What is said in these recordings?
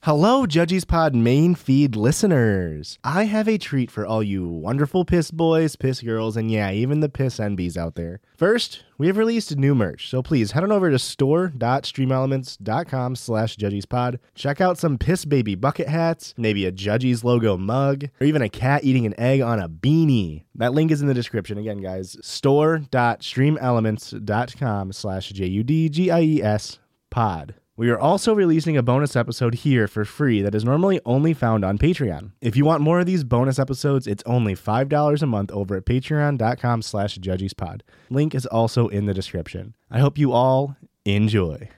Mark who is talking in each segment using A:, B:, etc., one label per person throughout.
A: Hello, Judges Pod main feed listeners. I have a treat for all you wonderful piss boys, piss girls, and yeah, even the piss NBs out there. First, we have released new merch, so please head on over to store.streamelements.com slash judgiespod. Check out some piss baby bucket hats, maybe a Judgies logo mug, or even a cat eating an egg on a beanie. That link is in the description. Again, guys, store.streamelements.com slash J-U-D-G-I-E-S pod. We are also releasing a bonus episode here for free that is normally only found on Patreon. If you want more of these bonus episodes, it's only $5 a month over at patreon.com slash judgiespod. Link is also in the description. I hope you all enjoy.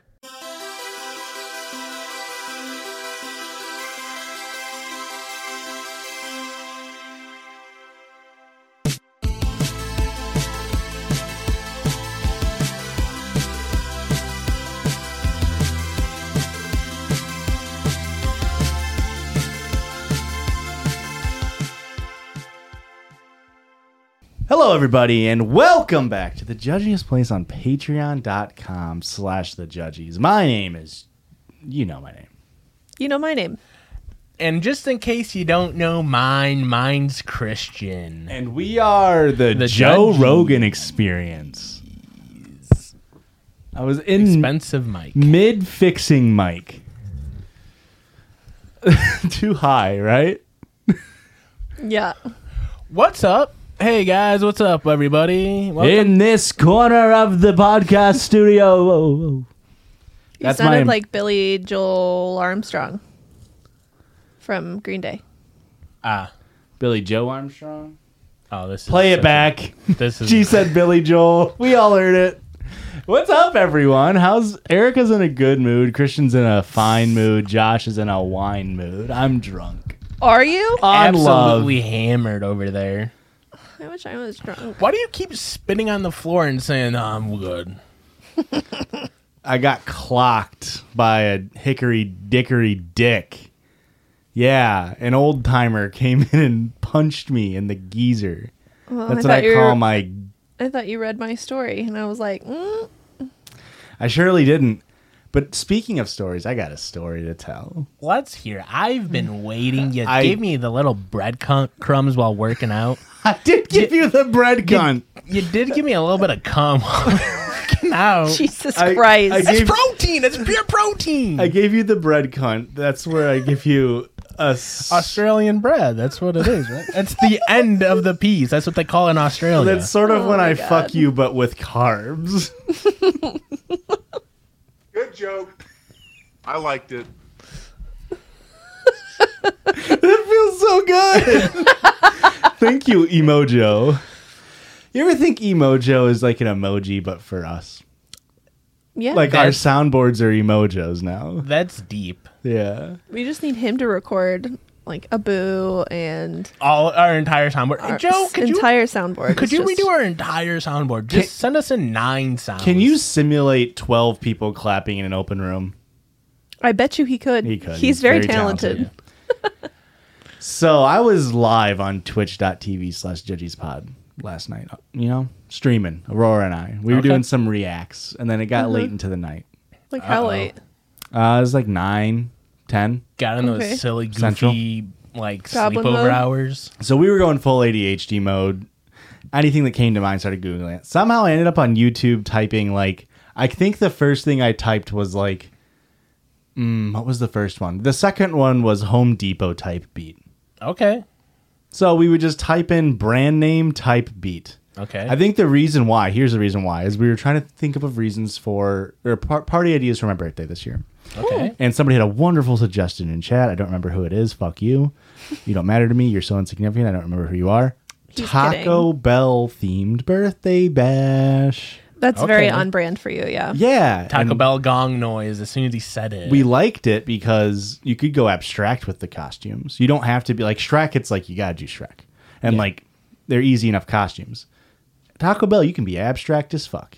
A: Hello, everybody, and welcome back to The Judgiest Place on patreon.com slash the judgies. My name is... You know my name.
B: You know my name.
C: And just in case you don't know mine, mine's Christian.
A: And we are the,
C: The
A: Joe
C: Judgies.
A: Rogan Experience. I was in
C: Expensive Mike.
A: mid fixing mic. Too high, right?
B: Yeah.
C: What's up? Hey guys, what's up everybody? Welcome.
A: In this corner of the podcast studio.
B: You
A: That's
B: sounded
A: my-
B: like Billy Joel Armstrong from Green Day.
C: Ah.
A: Billy Joe Armstrong.
C: Oh, this is
A: Play it
C: such a-
A: back.
C: this is
A: she said Billy Joel. We all heard it. What's up, everyone? How's Erica's in a good mood? Christian's in a fine mood. Josh is in a wine mood. I'm drunk.
B: Are you?
A: On love.
C: absolutely hammered over there.
B: Uh, I wish I was drunk.
C: Why do you keep spinning on the floor and saying "Oh, I'm good?
A: I got clocked by a hickory dickory dick. Yeah, an old timer came in and punched me in the geezer.
B: Well,
A: That's
B: Oh, I
A: what I
B: thought you
A: call
B: were-
A: my.
B: I thought you read my story, and I was like, mm,
A: I surely didn't. But speaking of stories, I got a story to tell.
C: Let's hear. I've been waiting. You
A: I-
C: gave me the little bread cum- crumbs while working out.
A: I did give you the bread gun.
C: You did give me a little bit of cum while working out.
B: Jesus
A: I-
B: Christ.
A: I
C: It's
A: gave-
C: protein. It's pure protein.
A: I gave you the bread cunt. That's where I give you a. s-
C: Australian bread. That's what it is, right? That's the end of the piece. That's what they call it in Australia.
A: That's sort of
B: Oh
A: when
B: my
A: I fuck
B: God.
A: you, but with carbs.
D: Good joke. I liked it.
A: It feels so good. Thank you, Emojo. You ever think Emojo is like an emoji, but for us?
B: yeah.
A: Like our
C: That's-
A: soundboards are emojos now.
C: That's deep.
A: Yeah.
B: we just need him to record like a boo and
C: All our entire soundboard.
B: our
C: Uh, Joe, could you
B: entire soundboard.
C: could
B: is
C: you
B: just-
C: redo our entire soundboard? Just send us in nine sounds.
A: Can you simulate 12 people clapping in an open room?
B: I bet you he could.
A: He could.
B: He's very, talented.
A: so I was live on twitch.tv slash judges pod last night, uh, you know, streaming, Aurora and I. We were
C: Okay.
A: doing some reacts, and then it
B: Mm-hmm.
A: got late into the night.
B: Like how
C: Uh-oh.
B: late?
A: Uh, it was like 9, 10.
C: Got in those
B: Okay.
C: silly, goofy,
A: Central.
C: like
B: Goblin
C: sleepover
B: mode?
C: hours.
A: So we were going full ADHD mode. Anything that came to mind, started googling it. Somehow I ended up on YouTube typing like I think the first thing I typed was like, mm, what was the first one? The second one was Home Depot type beat.
C: Okay.
A: So we would just type in brand name type beat.
C: Okay.
A: I think the reason why, here's the reason why, is we were trying to think of reasons for or par- party ideas for my birthday this year.
C: okay.
A: And somebody had a wonderful suggestion in chat. I don't remember who it is. Fuck you. You don't matter to me. You're so insignificant. I don't remember who you are.
B: He's
A: Taco Bell themed birthday bash.
B: That's very
C: Okay.
B: on brand for you. Yeah.
A: Yeah.
C: Taco
A: and
C: Bell gong noise as soon as he said it.
A: We liked it because you could go abstract with the costumes. You don't have to be like Shrek. It's like you got to do Shrek. And like they're easy enough costumes. Taco Bell, you can be abstract as fuck.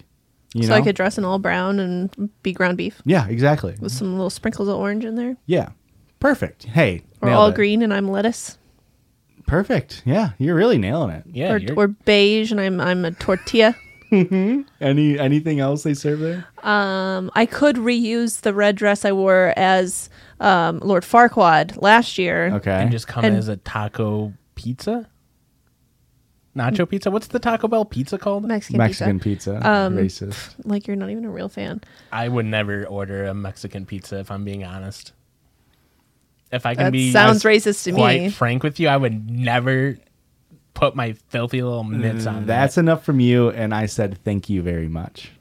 A: You
B: so
A: know?
B: I could dress in all brown and be ground beef
A: Yeah, exactly.
B: with some little sprinkles of orange in there,
A: Yeah. Perfect. Hey.
B: or
A: nailed
B: all
A: it.
B: green and I'm lettuce,
A: Perfect. Yeah. You're really nailing it.
C: yeah.
B: or,
C: you're-
B: or beige and I'm I'm a tortilla.
A: Any anything else they serve there?
B: Um, I could reuse the red dress I wore as um, Lord Farquaad last year.
A: Okay.
C: and just come
B: And-
C: as a taco pizza, nacho pizza. What's the Taco Bell pizza called?
B: Mexican,
A: Mexican
B: pizza.
A: pizza. Racist.
B: Like you're not even a real fan.
C: I would never order a Mexican pizza if I'm being honest. If I can
B: That
C: be
B: sounds
C: as
B: racist to
C: quite
B: me.
C: frank with you, I would never put my filthy little
A: Mm,
C: mitts on that.
A: That's enough from you. And I said, thank you very much.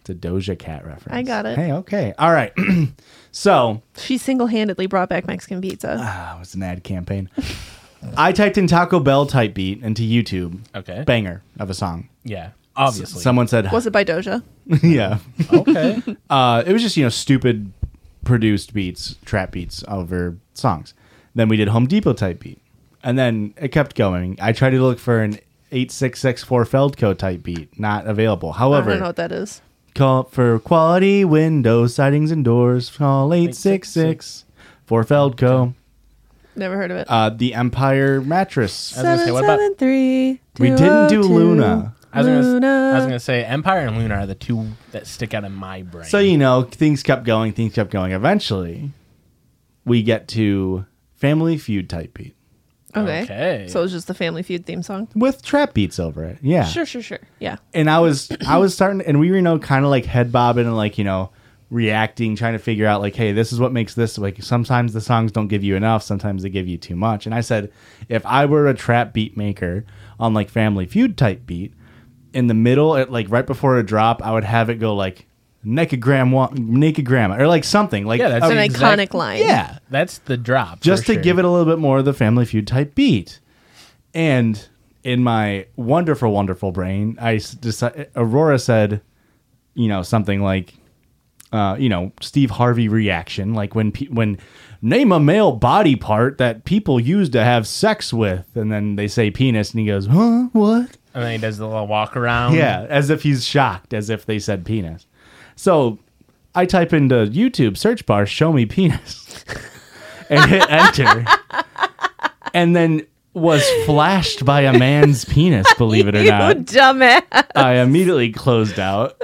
A: It's a Doja Cat reference.
B: I got it.
A: Hey, okay. All right. so
B: She single handedly brought back Mexican
C: Ah.
B: pizza.
A: oh, it's an ad campaign. I typed in Taco Bell type beat into YouTube.
C: Okay.
A: Banger of a song.
C: Yeah, obviously.
A: Someone said,
B: Was it by Doja?
A: yeah.
C: okay.
A: Uh, it was just, you know, stupid produced beats, trap beats over songs. Then we did Home Depot type beat. And then it kept going. I tried to look for an 8664 Feldco type beat, not available.
B: I
A: However,
B: don't know what that is.
A: Call for quality window sidings and doors. Call 866 for Feldco.
B: Never heard of it.
A: Uh, the Empire mattress.
C: was gonna say, what about-
B: 773
A: We didn't do
B: 202.
A: Luna.
C: I was, gonna,
B: Luna.
C: I was gonna say Empire and Luna are the two that stick out in my brain.
A: So, you know, things kept going, things kept going. Eventually, we get to Family Feud type beat
B: Okay.
C: Okay.
B: So it was just the Family Feud theme song.
A: with trap beats over it. Yeah.
B: Sure, sure, sure. Yeah.
A: and I was I was starting and we were you know kind of like head bobbing and like you know reacting trying to figure out like hey this is what makes this like sometimes the songs don't give you enough sometimes they give you too much and I said if I were a trap beat maker on like Family Feud type beat in the middle at like right before a drop I would have it go like naked grandma naked grandma or like something like
C: Yeah, that's
A: a-
B: An
C: Exact-
B: iconic line.
A: yeah
C: that's the drop.
A: just to give it a little bit more of the Family Feud type beat. And in my wonderful, wonderful brain, I decided Aurora said, you know, something like, uh, you know, Steve Harvey reaction, like when pe- when name a male body part that people use to have sex with, and then they say penis, and he goes, huh, what?
C: and then he does the little walk around.
A: Yeah, as if he's shocked, as if they said penis. So I type into YouTube search bar, show me penis, and hit enter. and then was flashed by a man's penis, believe it or not.
B: You dumbass.
A: I immediately closed out.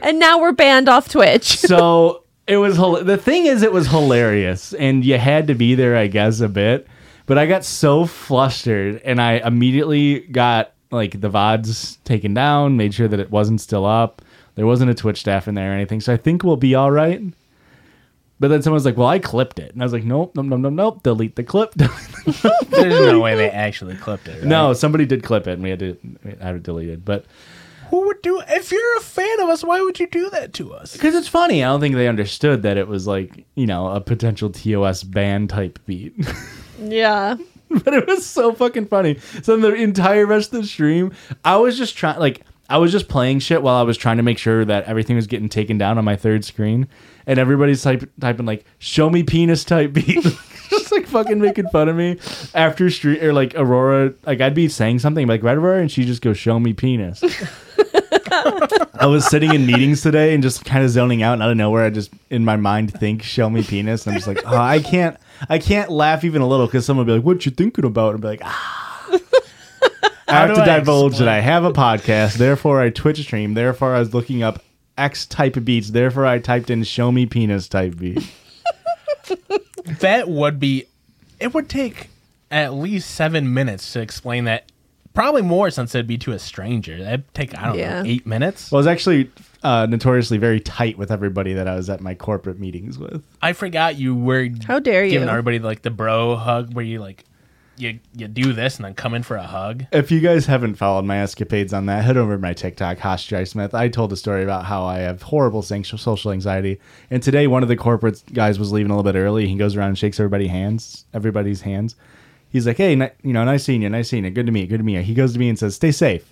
B: And now we're banned off Twitch.
A: So it was hil- the thing is it was hilarious and you had to be there I guess a bit. But I got so flustered and I immediately got like the VODs taken down, made sure that it wasn't still up. There wasn't a Twitch staff in there or anything. So I think we'll be all right. But then someone's like, Well, I clipped it. And I was like, Nope, nope, nope, nope, nope. Delete the clip.
C: There's no way they actually clipped it. right?
A: no, somebody did clip it and we had to I had to delete it. But
C: Who would do? If you're a fan of us, why would you do that to us?
A: because it's funny, I don't think they understood that it was like, you know, a potential TOS ban type beat.
B: yeah.
A: but it was so fucking funny. So the entire rest of the stream, I was just trying, like, I was just playing shit while I was trying to make sure that everything was getting taken down on my third screen, and everybody's type- typing like "show me penis" type beat, just like fucking making fun of me after street or like Aurora. Like I'd be saying something like "right Aurora," and she just goes "show me penis." I was sitting in meetings today and just kind of zoning out, and out of nowhere, I just in my mind think, "Show me penis." And I'm just like, oh, I can't, I can't laugh even a little because someone would be like, "What you thinking about?" And I'd be like, "Ah." I have
C: do
A: to
C: I
A: divulge
C: explain?
A: that I have a podcast, therefore I Twitch stream, therefore I was looking up X type of beats, therefore I typed in "Show me penis" type beat.
C: That would be. It would take at least seven minutes to explain that. Probably more since it'd be to a stranger. That'd take I don't
B: Yeah.
C: know eight minutes.
A: Well, I was actually uh, notoriously very tight with everybody that I was at my corporate meetings with.
C: I forgot you were.
B: How dare
C: giving
B: you.
C: everybody like the bro hug where you like you you do this and then come in for a hug.
A: If you guys haven't followed my escapades on that, head over to my TikTok, Hosh J Smith. I told a story about how I have horrible sanct- social anxiety. And today, one of the corporate guys was leaving a little bit early. He goes around and shakes everybody hands, everybody's hands. He's like, "Hey, ni- you know, nice seeing you, nice seeing you. Good to meet you, good to meet you." He goes to me and says, "Stay safe,"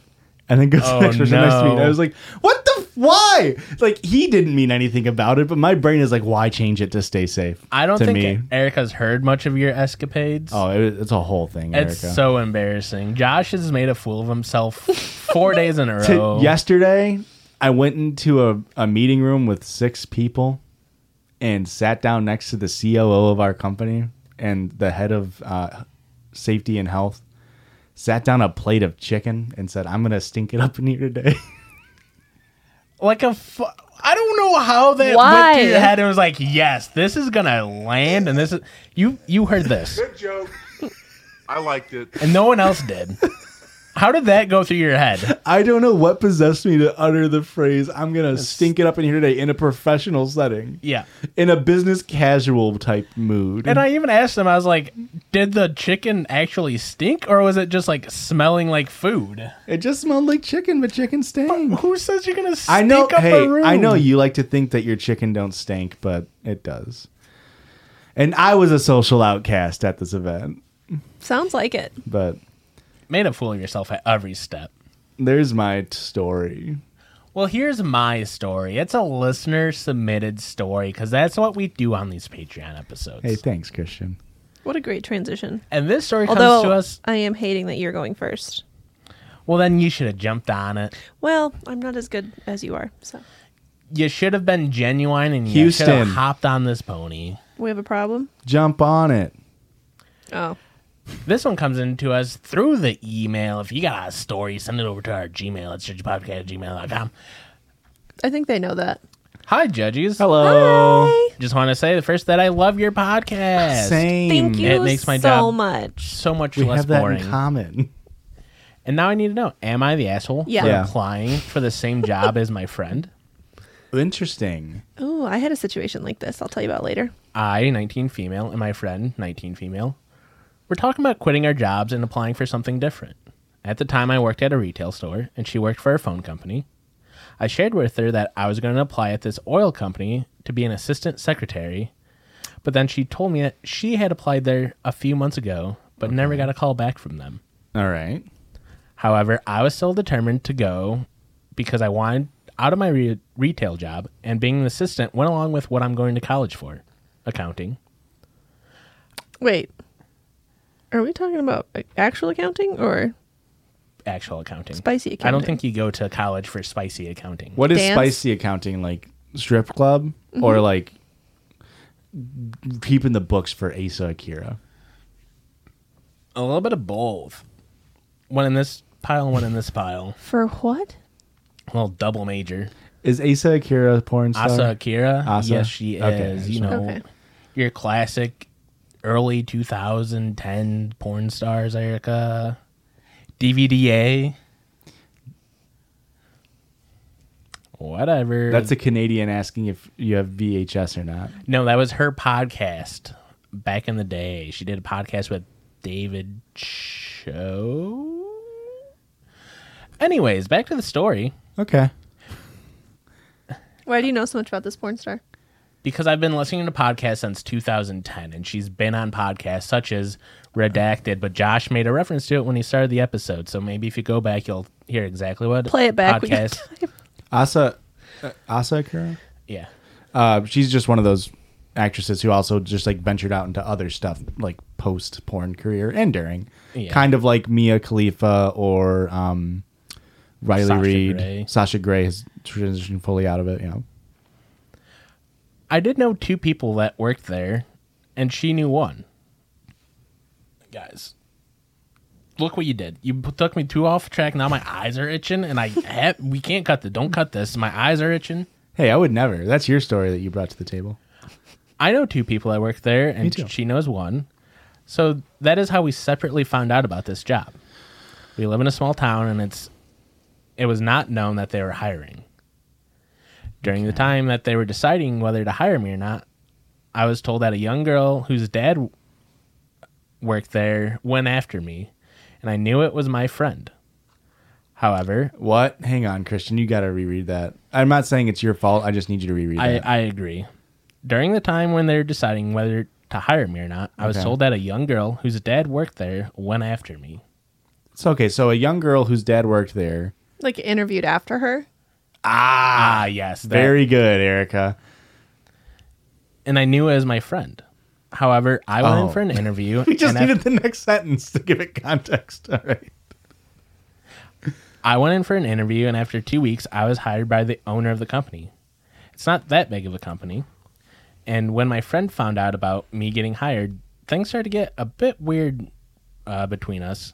A: and then goes
C: Oh,
A: to the next person, "Nice to meet you."
C: no.
A: I was like, "What the? F- why?" It's Like he didn't mean anything about it, but my brain is like, "Why change it to stay safe?"
C: I don't
A: to
C: think
A: me.
C: Erica's heard much of your escapades.
A: Oh, it, it's a whole thing,
C: It's
A: Erica.
C: so embarrassing. Josh has made a fool of himself four days in a
A: to-
C: row.
A: yesterday i went into a, a meeting room with six people and sat down next to the coo of our company and the head of uh, safety and health sat down a plate of chicken and said i'm gonna stink it up in here today
C: like a. Fu- I don't know know how that went
B: Why?
C: through your head and was like, yes, this is gonna land, and this is you. You heard this,
D: Good joke. I liked it.
C: and no one else did. How did that go through your head?
A: I don't know what possessed me to utter the phrase, I'm going to stink it up in here today in a professional setting,
C: Yeah.
A: in a business casual type mood.
C: And I even asked him, I was like, did the chicken actually stink or was it just like smelling like food?
A: it just smelled like chicken, but chicken stank.
C: Who says you're gonna stink
A: I know,
C: up
A: hey,
C: a room?
A: I know you like to think that your chicken don't stink, but it does. And I was a social outcast at this event,
B: Sounds like it.
A: but
C: made a fool of yourself at every step.
A: there's my t- story.
C: Well, here's my story. It's a listener submitted story because that's what we do on these Patreon episodes.
A: Hey, thanks, Christian.
B: What a great transition.
C: and this story comes to
B: Although
C: us.
B: I am hating that you're going first.
C: Well, then you should have jumped on it.
B: Well, I'm not as good as you are, so
C: You should have been genuine and you should have
A: Houston.
C: hopped on this pony.
B: we have a problem.
A: Jump on it.
B: Oh,
C: This one comes in to us through the email. If you got a story, send it over to our Gmail. It's judgypodcast at gmail.com.
B: I think they know that.
C: Hi, judges. Oh.
A: Hello.
B: Hi.
C: Just want to say the first that I love your podcast.
A: Same.
B: Thank you
C: It makes my
B: so
C: job-
B: much.
C: So much
A: We
C: less
A: have that
C: boring.
A: in common.
C: and now I need to know: Am I the asshole
B: Yeah.
C: for
B: Yeah.
C: applying for the same job as my friend?
A: Interesting.
B: Oh, I had a situation like this. I'll tell you about later.
C: I, 19 female, and my friend, 19 female, were talking about quitting our jobs and applying for something different. At the time, I worked at a retail store, and she worked for a phone company. I shared with her that I was going to apply at this oil company to be an assistant secretary, but then she told me that she had applied there a few months ago, but never got a call back from them.
A: All right.
C: However, I was still determined to go because I wanted out of my re- retail job, and being an assistant went along with what I'm going to college for accounting.
B: Wait, are we talking about like, actual accounting or
C: actual accounting.
B: Spicy
C: I don't
B: accounting.
C: think you go to college for spicy accounting.
A: What is
B: Dance?
A: spicy accounting like? Strip club or
C: Mm-hmm.
A: like keeping the books for Asa Akira?
C: A little bit of both. One in this pile, one in this pile.
B: for what?
C: Well, double major.
A: Is Asa Akira a porn star?
C: Asa Akira.
A: Asa?
C: Yes, she
A: Okay,
C: is.
A: I
C: You
A: just-
C: know,
B: Okay.
C: your classic early 2010 porn stars, Erica. DVDA. Whatever.
A: That's a Canadian asking if you have VHS or not.
C: No, that was her podcast back in the day. She did a podcast with David Cho. Anyways, back to the story
A: Okay.
B: Why do you know so much about this porn star?
C: because I've been listening to podcasts since 2010 and she's been on podcasts such as Redacted, but Josh made a reference to it when he started the episode. So maybe if you go back, you'll hear exactly what
B: Play it back. We got
C: podcast.
A: Asa uh, Asa Akira?
C: Yeah.
A: Uh, she's just one of those actresses who also just like ventured out into other stuff like post porn career and during.
C: Yeah.
A: Kind of like Mia Khalifa or um, Riley
C: Sasha
A: Reid.
C: Grey.
A: Sasha Grey has transitioned fully out of it, you know.
C: I did know two people that worked there, and she knew one. Guys, look what you did. You p- took me too off track. Now my eyes are itching, and I ha- we can't cut the. Don't cut this. My eyes are itching.
A: Hey, I would never. That's your story that you brought to the table.
C: I know two people that work there, and
A: too.
C: she knows one. So that is how we separately found out about this job. We live in a small town, and it's it was not known that they were hiring. During the time that they were deciding whether to hire me or not, I was told that a young girl whose dad worked there went after me, and I knew it was my friend. However,
A: What? Hang on, Christian. You got to reread that. I'm not saying it's your fault. I just need you to reread
C: I,
A: that.
C: I agree. During the time when they're deciding whether to hire me or not, I was
A: Okay.
C: told that a young girl whose dad worked there went after me.
A: It's okay. So a young girl whose dad worked there.
B: Like interviewed after her.
C: Ah, yes. that-
A: Very good, Erica.
C: And I knew it was my friend. However, I went
A: Oh.
C: in for an interview.
A: We just
C: and af-
A: needed the next sentence to give it context. All right.
C: I went in for an interview, and after two weeks, I was hired by the owner of the company. It's not that big of a company. And when my friend found out about me getting hired, things started to get a bit weird uh, between us.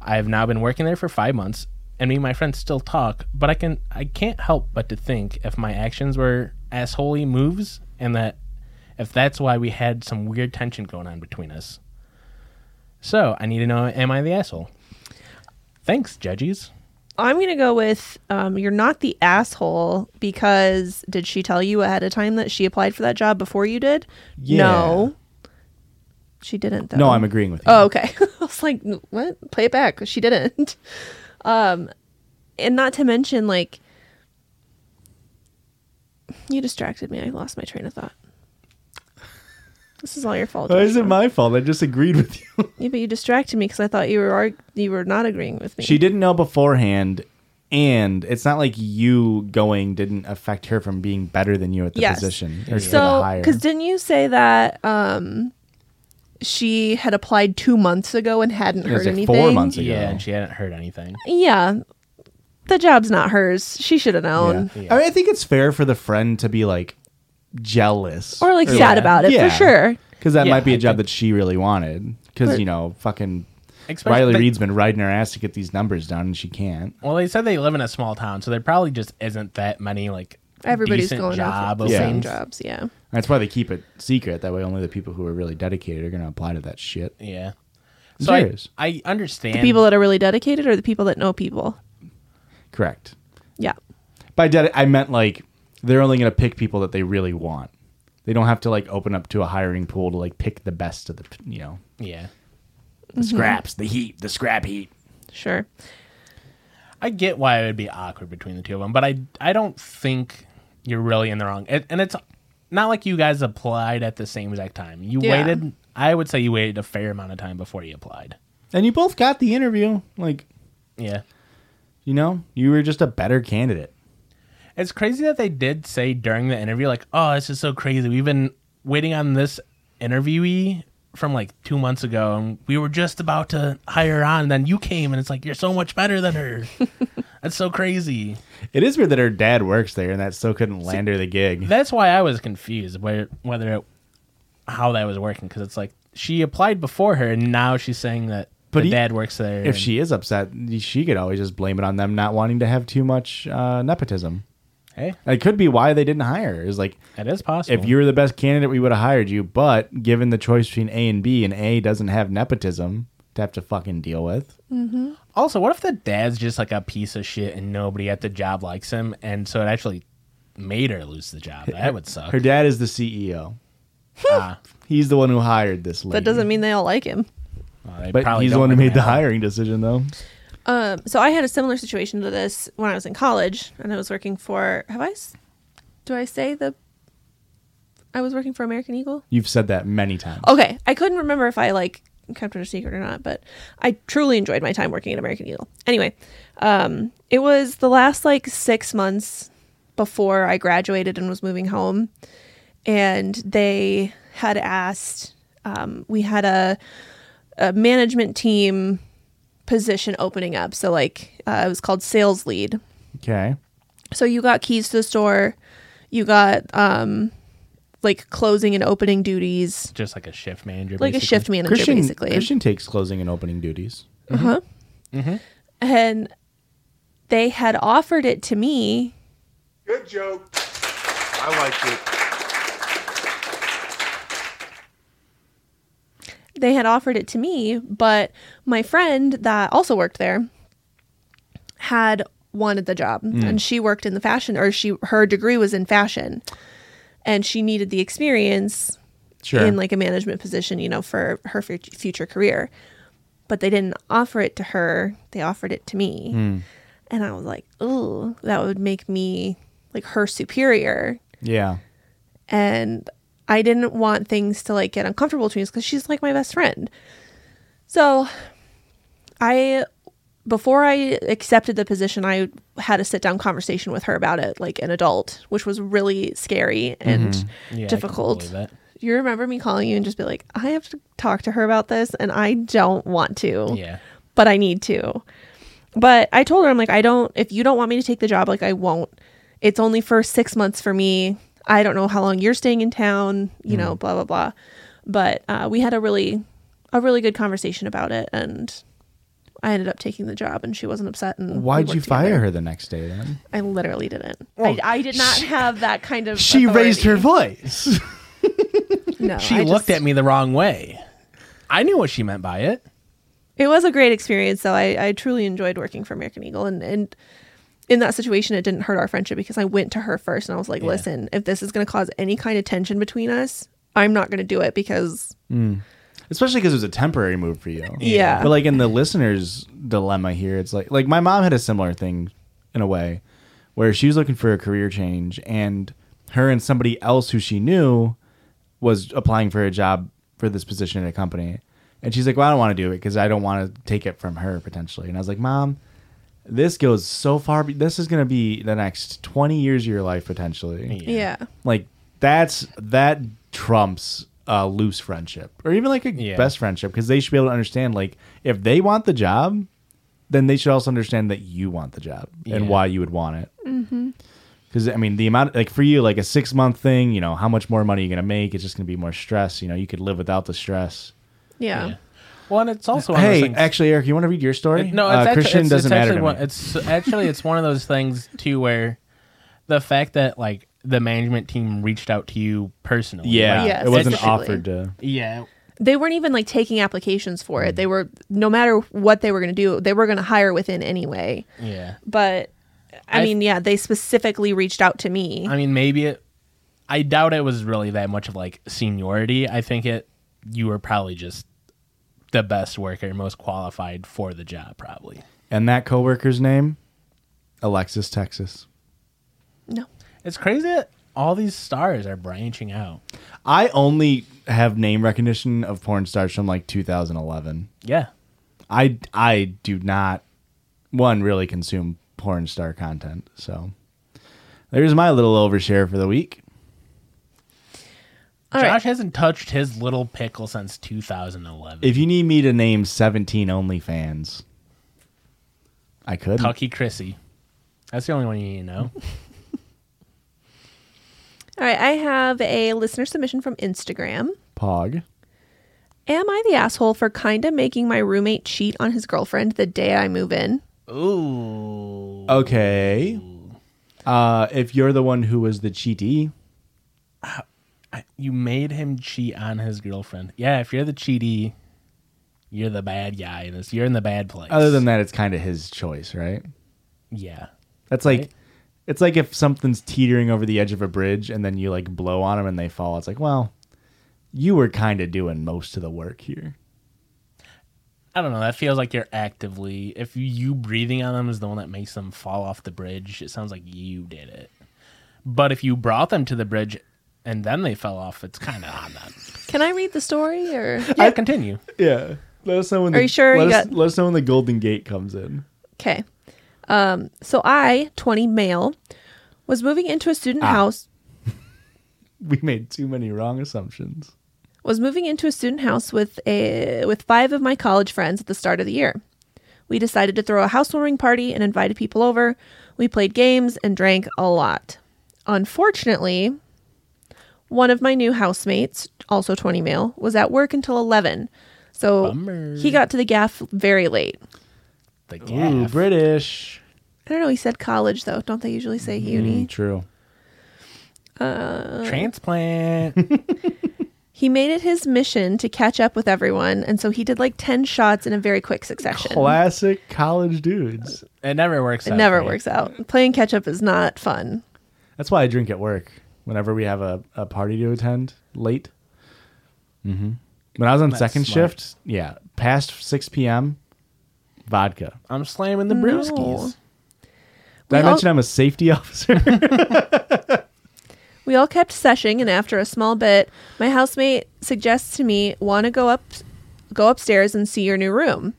C: I have now been working there for five months, and me and my friends still talk, but I can I can't help but to think if my actions were assholey moves and that if that's why we had some weird tension going on between us. So I need to know am I the asshole? Thanks, judges.
B: I'm gonna go with um, you're not the asshole because did she tell you ahead of time that she applied for that job before you did? No, she didn't. Though.
A: No, I'm agreeing with you.
B: Oh, okay. I was like, what? Play it back. She didn't. Um, and not to mention, like, you distracted me. I lost my train of thought. This is all your fault.
A: Why is it
B: Joshua.
A: my fault? I just agreed with you.
B: yeah, but you distracted me because I thought you were arg- you were not agreeing with me.
A: she didn't know beforehand, and it's not like you going didn't affect her from being better than you at the
B: Yes.
A: position or for the
B: So,
A: hire.
B: because didn't you say that um, she had applied two months ago and hadn't
A: was
B: heard
A: like
B: anything?
A: four months ago.
C: Yeah, and she hadn't heard anything.
B: Yeah, the job's not hers. She should have known,
A: Yeah. I mean, I think it's fair for the friend to be like jealous
B: or like sad
C: yeah.
B: about it
A: Yeah.
B: for sure.
A: because that
C: Yeah,
A: might be a
C: I
A: job
C: think-
A: that she really wanted. Because
B: But-
A: you know, fucking
C: Especially-
A: Riley
C: but-
A: Reed's been riding her ass to get these numbers down, and she can't.
C: Well, they said they live in a small town, so there probably just isn't that many like
B: Everybody's
C: decent
B: going
C: job
B: off with the
A: of
B: same
A: things.
B: jobs. Yeah.
A: That's why they keep it secret. That way, only the people who are really dedicated are going to apply to that shit.
C: Yeah. So I,
A: serious.
C: I understand.
B: people that are really dedicated or the people that know people.
A: Correct.
B: Yeah.
A: By ded, I meant like they're only going to pick people that they really want. They don't have to like open up to a hiring pool to like pick the best of the you know
C: yeah.
A: the scraps, the heap, the scrap heap.
B: Sure.
C: I get why it would be awkward between the two of them, but I I don't think you're really in the wrong. It, and it's not like you guys applied at the same exact time. You
B: Yeah.
C: waited. I would say you waited a fair amount of time before you applied.
A: And you both got the interview. Like
C: Yeah.
A: you know, you were just a better candidate.
C: It's crazy that they did say during the interview, like, oh, this is so crazy. We've been waiting on this interviewee from like two months ago, and we were just about to hire on. And then you came, and it's like, you're so much better than her. That's so crazy.
A: It is weird that her dad works there, and that still couldn't land her the gig.
C: That's why I was confused where, whether it, how that was working because it's like she applied before her, and now she's saying that
A: But
C: but the
A: he-
C: dad works there.
A: If
C: and-
A: she is upset, she could always just blame it on them not wanting to have too much uh, nepotism.
C: hey,
A: It could be why they didn't hire. her, Is like
C: that is possible.
A: if you were the best candidate, we would have hired you. But given the choice between A and B, and A doesn't have nepotism to have to fucking deal with,
C: Also, what if the dad's just like a piece of shit and nobody at the job likes him, and so it actually made her lose the job? That would suck.
A: her dad is the CEO.
C: Ah,
A: He's the one who hired this lady.
B: That doesn't mean they all like him.
C: well, they
A: But
C: probably
A: he's the
C: don't
A: one who
C: want
A: made
C: to
A: the
C: have-
A: hiring decision, though.
B: Um, so I had a similar situation to this when I was in college, and I was working for. Have I? s- Do I say the? I was working for American Eagle.
A: You've said that many times.
B: Okay, I couldn't remember if I like kept it a secret or not, but I truly enjoyed my time working at American Eagle. Anyway, um, it was the last like six months before I graduated and was moving home, and they had asked. Um, we had a, a management team position opening up, so like uh, it was called sales lead.
A: Okay.
B: So you got keys to the store, you got um, like closing and opening duties
C: Just like a shift manager,
B: like
C: basically.
B: a shift manager
A: Christian
B: basically
A: Christian takes closing and opening duties.
B: and they had offered it to me
D: Good joke. I liked it.
B: they had offered it to me but my friend that also worked there had wanted the job
A: Hmm.
B: and she worked in the fashion or she her degree was in fashion and she needed the experience
A: Sure.
B: in like a management position you know for her fu- future career but they didn't offer it to her they offered it to me
A: Hmm.
B: and i was like ooh that would make me like her superior
A: yeah.
B: and I didn't want things to like get uncomfortable between us because she's like my best friend. So I before I accepted the position, I had a sit down conversation with her about it, like an adult, which was really scary and
C: Mm-hmm. Yeah, I can
B: difficult.
C: believe that.
B: You remember me calling you and just be like, I have to talk to her about this and I don't want to
C: Yeah,
B: but I need to. But I told her, I'm like, I don't, if you don't want me to take the job, like, I won't. It's only for six months for me. I don't know how long you're staying in town, you know, blah, blah, blah. But uh, we had a really, a really good conversation about it. And I ended up taking the job, and she wasn't upset. And we
A: Why'd
B: worked
A: you fire
B: together.
A: her the next day then?
B: I literally didn't. I, I did not have that kind of.
E: She raised her
B: authority.
E: voice.
B: No,
C: She
B: I
C: looked
B: just-
C: at me the wrong way. I knew what she meant by it.
B: It was a great experience, though. I, I truly enjoyed working for American Eagle, and and in that situation, it didn't hurt our friendship because I went to her first, and I was like, "Listen, if this is going to cause any kind of tension between us, I'm not going to do it because
A: Especially because it was a temporary move for you.
B: Yeah.
A: But like in the listener's dilemma here, it's like like my mom had a similar thing in a way where she was looking for a career change and her and somebody else who she knew was applying for a job for this position at a company. And she's like, Well, I don't want to do it because I don't want to take it from her potentially. And I was like, Mom, this goes so far. be- This is going to be the next 20 years of your life potentially
B: yeah,
A: like that's that trumps a loose friendship or even like a
C: Yeah.
A: best friendship because they should be able to understand like if they want the job then they should also understand that you want the job and
C: Yeah.
A: why you would want it because i mean the amount like for you like a six month thing you know how much more money you're gonna make it's just gonna be more stress you know you could live without the stress
B: yeah,
C: Well, and it's also one of those
A: hey
C: things.
A: actually eric you want to read your story
C: It- no,
A: Uh,
C: it's actually,
A: christian
C: it's,
A: doesn't
C: it's
A: matter
C: actually
A: to
C: one,
A: me.
C: It's actually it's one of those things too where the fact that like the management team reached out to you personally,
A: yeah
C: like,
B: Yes,
A: it wasn't
B: specifically.
A: offered to
C: yeah,
B: They weren't even like taking applications for it. They were no matter what they were going to do, they were going to hire within anyway.
C: yeah.
B: But I,
C: I-
B: mean, yeah, they specifically reached out to me.
C: I mean, maybe it. I doubt it was really that much of like seniority. I think it. You were probably just the best worker, most qualified for the job, probably.
A: and that coworker's name alexis texas
B: no,
C: It's crazy that all these stars are branching out.
A: I only have name recognition of porn stars from like 2011.
C: Yeah.
A: I I do not one really consume porn star content. So there's my little overshare for the week.
B: All
C: Josh
B: right.
C: hasn't touched his little pickle since 2011.
A: If you need me to name 17 OnlyFans, I could.
C: Tucky Chrissy. That's the only one you need to know.
B: all right. I have a listener submission from Instagram.
A: Pog.
B: Am I the asshole for kinda making my roommate cheat on his girlfriend the day I move in?
C: Ooh.
A: Okay. Uh, if you're the one who was the cheatee,
C: You made him cheat on his girlfriend. Yeah, if you're the cheaty, you're the bad guy in this. You're in the bad place.
A: other than that, it's kind of his choice, right?
C: Yeah.
A: That's like
C: Right.
A: it's like if something's teetering over the edge of a bridge and then you like blow on them and they fall. It's like, well, you were kind of doing most of the work here.
C: I don't know. That feels like you're actively. If you breathing on them is the one that makes them fall off the bridge, it sounds like you did it. But if you brought them to the bridge and then they fell off, it's kind of on them.
B: Can I read the story or
C: Yeah, continue.
A: Yeah. Let us know when.
B: Are you sure
A: Let,
B: you
A: us,
B: got-
A: let us know when the Golden Gate comes in.
B: Okay. Um, so I, 20 male, was moving into a student house
A: We made too many wrong assumptions.
B: was moving into a student house with a with five of my college friends at the start of the year. We decided to throw a housewarming party and invited people over. We played games and drank a lot. Unfortunately, one of my new housemates, also 20 male, was at work until 11. So
C: Bummer.
B: he got to the gaff very late.
C: The
A: Ooh,
C: gaff.
A: British.
B: I don't know. He said college though. Don't they usually say uni?
A: Mm, True.
C: Uh. transplant.
B: He made it his mission to catch up with everyone, and so he did like ten shots in a very quick succession.
A: Oh, Classic college dudes.
C: it never works.
B: it
C: out
B: never
C: right.
B: works out. Playing catch up is not fun.
A: That's why I drink at work whenever we have a, a party to attend late. Mm-hmm. When I was on second
C: smart.
A: shift, yeah, past 6 p.m., vodka.
C: I'm slamming the
B: No.
C: brewskis.
A: Did
B: We
A: I
B: all-
A: mention I'm a safety officer?
B: We all kept seshing, and after a small bit, my housemate suggests to me, "Want to go up, go upstairs and see your new room?"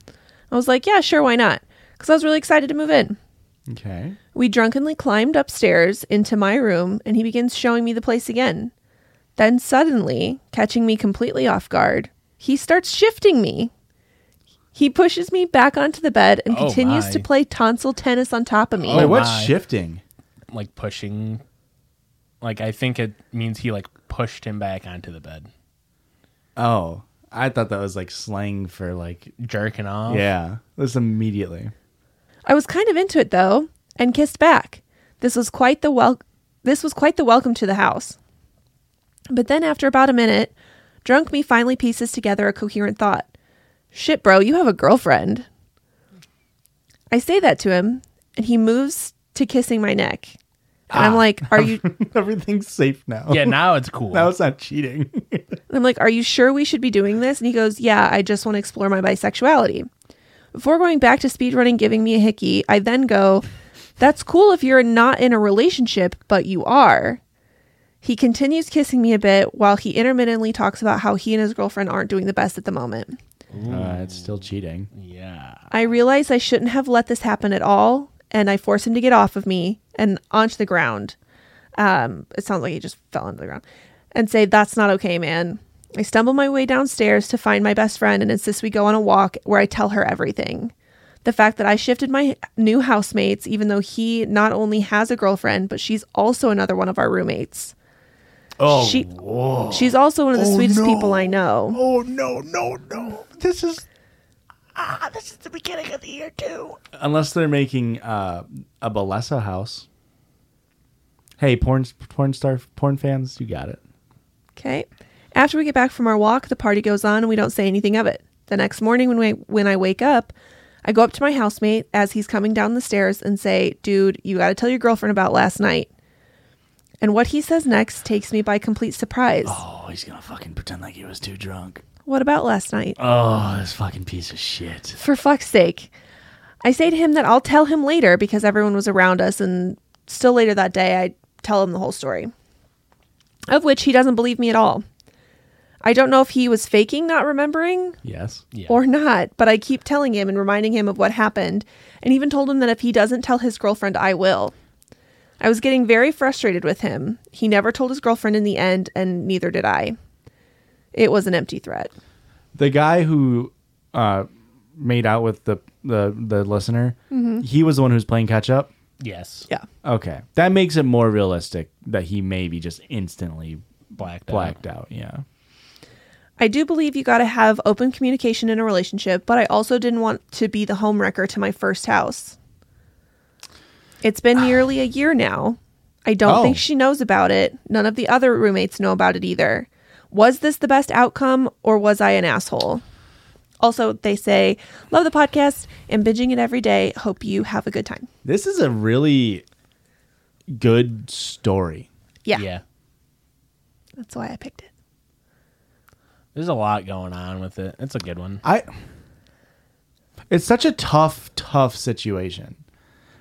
B: I was like, "Yeah, sure, why not?" Because I was really excited to move in.
A: okay.
B: We drunkenly climbed upstairs into my room, and he begins showing me the place again. Then, suddenly, catching me completely off guard, he starts shifting me. He pushes me back onto the bed and
C: Oh,
B: continues
C: my.
B: to play tonsil tennis on top of me.
C: Oh,
A: Wait, what's
C: my.
A: shifting?
C: Like pushing. Like I think it means he like pushed him back onto the bed.
A: Oh, I thought that was like slang for like
C: jerking
A: Oh.
C: off.
A: yeah. This immediately.
B: I was kind of into it though, and kissed back. This was quite the wel- this was quite the welcome to the house. But then after about a minute, drunk me finally pieces together a coherent thought. Shit, bro, you have a girlfriend. I say that to him, and he moves to kissing my neck. And I'm like, "Are you
A: Everything's safe now.
C: Yeah, now it's cool.
A: Now it's not cheating.
B: I'm like, Are you sure we should be doing this? And he goes, Yeah, I just want to explore my bisexuality. Before going back to speedrunning, giving me a hickey, I then go, That's cool if you're not in a relationship, but you are. He continues kissing me a bit while he intermittently talks about how he and his girlfriend aren't doing the best at the moment.
A: Uh, it's still cheating.
C: yeah.
B: I realize I shouldn't have let this happen at all, and I force him to get off of me and onto the ground. Um, it sounds like he just fell onto the ground and say, That's not okay, man. I stumble my way downstairs to find my best friend and insist we go on a walk where I tell her everything. The fact that I shifted my new housemates, even though he not only has a girlfriend, but she's also another one of our roommates. Oh, she, she's also one of the sweetest people I know.
A: Oh no, no, no. This is
C: This is the beginning of the year too.
A: unless they're making uh, a Balesa house. Hey, porn porn star porn fans, you got it.
B: Okay. After we get back from our walk, the party goes on and we don't say anything of it. The next morning when we, when I wake up, I go up to my housemate as he's coming down the stairs and say, "Dude, you got to tell your girlfriend about last night." And what he says next takes me by complete surprise.
A: Oh, he's gonna fucking pretend like he was too drunk.
B: What about last night?
A: Oh, this fucking piece of shit.
B: For fuck's sake. I say to him that I'll tell him later because everyone was around us, and still later that day, I tell him the whole story. Of which he doesn't believe me at all. I don't know if he was faking not remembering
A: Yes.
C: Yeah.
B: or not, but I keep telling him and reminding him of what happened, and even told him that if he doesn't tell his girlfriend, I will. I was getting very frustrated with him. He never told his girlfriend in the end, and neither did I. It was an empty threat.
A: The guy who uh, made out with the the, the listener, he was the one who's playing catch up.
C: yes.
B: Yeah.
A: Okay, that makes it more realistic that he maybe just instantly
C: Blacked out.
A: blacked out. Yeah.
B: I do believe you got to have open communication in a relationship, but I also didn't want to be the homewrecker to my first house. It's been nearly a year now. I don't
A: Oh.
B: think she knows about it. None of the other roommates know about it either. Was this the best outcome or was I an asshole? Also, they say, love the podcast and binging it every day. Hope you have a good time.
A: This is a really good story.
B: Yeah.
C: Yeah.
B: That's why I picked it.
C: There's a lot going on with it. It's a good one.
A: I It's such a tough tough situation.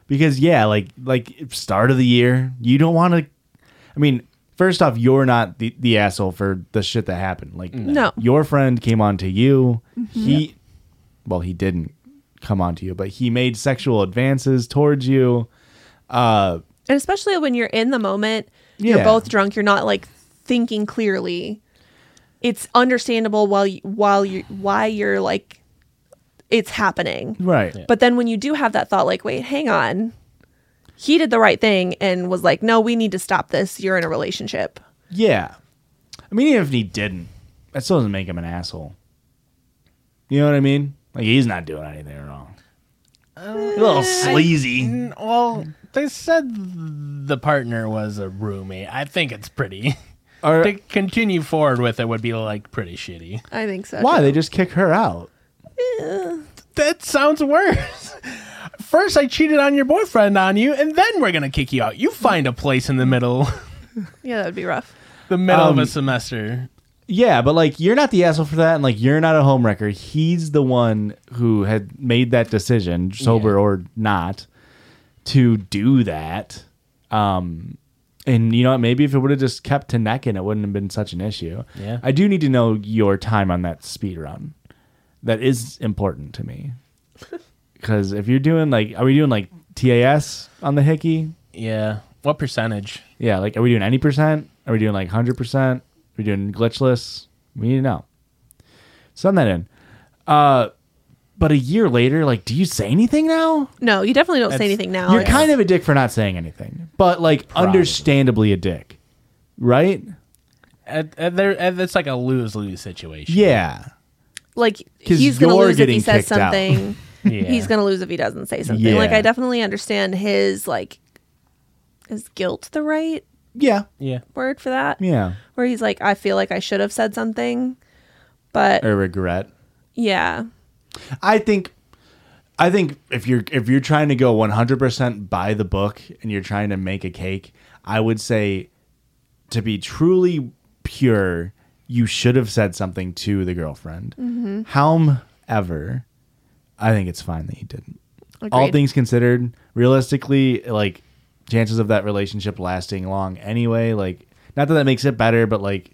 A: Because yeah, like like start of the year, you don't want to I mean, first off, you're not the, the asshole for the shit that happened. Like
B: No.
A: your friend came on to you. He well, he didn't come on to you, but he made sexual advances towards you. Uh
B: And especially when you're in the moment,
A: Yeah.
B: you're both drunk, you're not like thinking clearly. It's understandable while you, while you why you're like it's happening.
A: right.
B: But then when you do have that thought like, "Wait, hang on." He did the right thing and was like, "No, we need to stop this. You're in a relationship."
A: Yeah. I mean, even if he didn't, that still doesn't make him an asshole. You know what I mean? Like, he's not doing anything wrong. a little sleazy.
C: Well, they said the partner was a roommate. I think it's pretty.
A: Or-
C: to continue forward with it would be like pretty shitty.
B: I think so.
A: Why? They just kick her out.
C: That sounds worse. First, I cheated on your boyfriend on you, and then we're gonna kick you out. You find a place in the middle,
B: Yeah, that would be rough.
C: the middle
A: Um,
C: of a semester.
A: Yeah, but like, you're not the asshole for that. And like, you're not a homewrecker. He's the one who had made that decision, sober
C: Yeah.
A: or not, to do that. Um, and you know what? Maybe if it would have just kept to necking, it wouldn't have been such an issue.
C: Yeah.
A: I do need to know your time on that speed run. That is important to me. Because if you're doing like, are we doing like TAS on the hickey?
C: Yeah. What percentage?
A: Yeah. Like, are we doing any percent? Are we doing like 100%? Are we doing glitchless? We need to know. Send that in. Uh, but a year later, like, do you say anything now?
B: No, you definitely don't say anything now.
A: You're
B: It's-
A: kind of a dick for not saying anything, but like, understandably a dick, right?
C: At, at there, at, it's like a lose lose situation.
A: Yeah.
B: like
A: 'Cause
B: he's gonna
A: you're
B: lose if he
A: getting
B: says
A: kicked out.
B: something.
C: Yeah.
B: He's gonna lose if he doesn't say something. Like
A: Yeah.
B: I definitely understand his like is guilt the right
A: Yeah.
C: Yeah.
B: word for that?
A: Yeah.
B: Where he's like, I feel like I should have said something. But
A: Or regret.
B: yeah.
A: I think I think if you're if you're trying to go 100% by the book and you're trying to make a cake, I would say to be truly pure, you should have said something to the girlfriend.
B: Mm-hmm.
A: However, I think it's fine that you didn't. All
B: Agreed.
A: things considered, realistically, like chances of that relationship lasting long anyway, like not that that makes it better, but like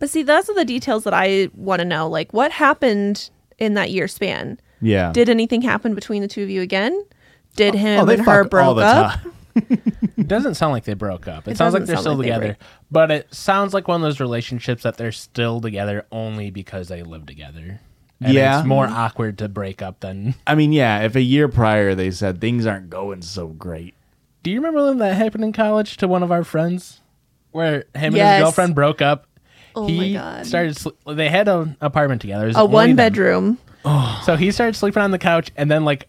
B: But see, those are the details that I want to know. Like what happened in that year span?
A: yeah.
B: Did anything happen between the two of you again? Did him
A: oh, they
B: and her
A: fuck
B: broke
A: all the
B: up?
A: time.
C: It doesn't sound like they broke up. It,
B: It
C: sounds like
B: doesn't
C: they're
B: sound
C: still
B: like they
C: together.
B: break-
C: But it sounds like one of those relationships that they're still together only because they live together. And
A: Yeah.
C: It's more awkward to break up than.
A: I mean, yeah, if a year prior they said things aren't going so great.
C: Do you remember when that happened in college to one of our friends? Where him and
B: Yes.
C: his girlfriend broke up.
B: Oh my
C: he
B: God.
C: started. Sl- they had an apartment together. It was
B: A
C: only
B: one
C: them.
B: bedroom.
C: So he started sleeping on the couch, and then like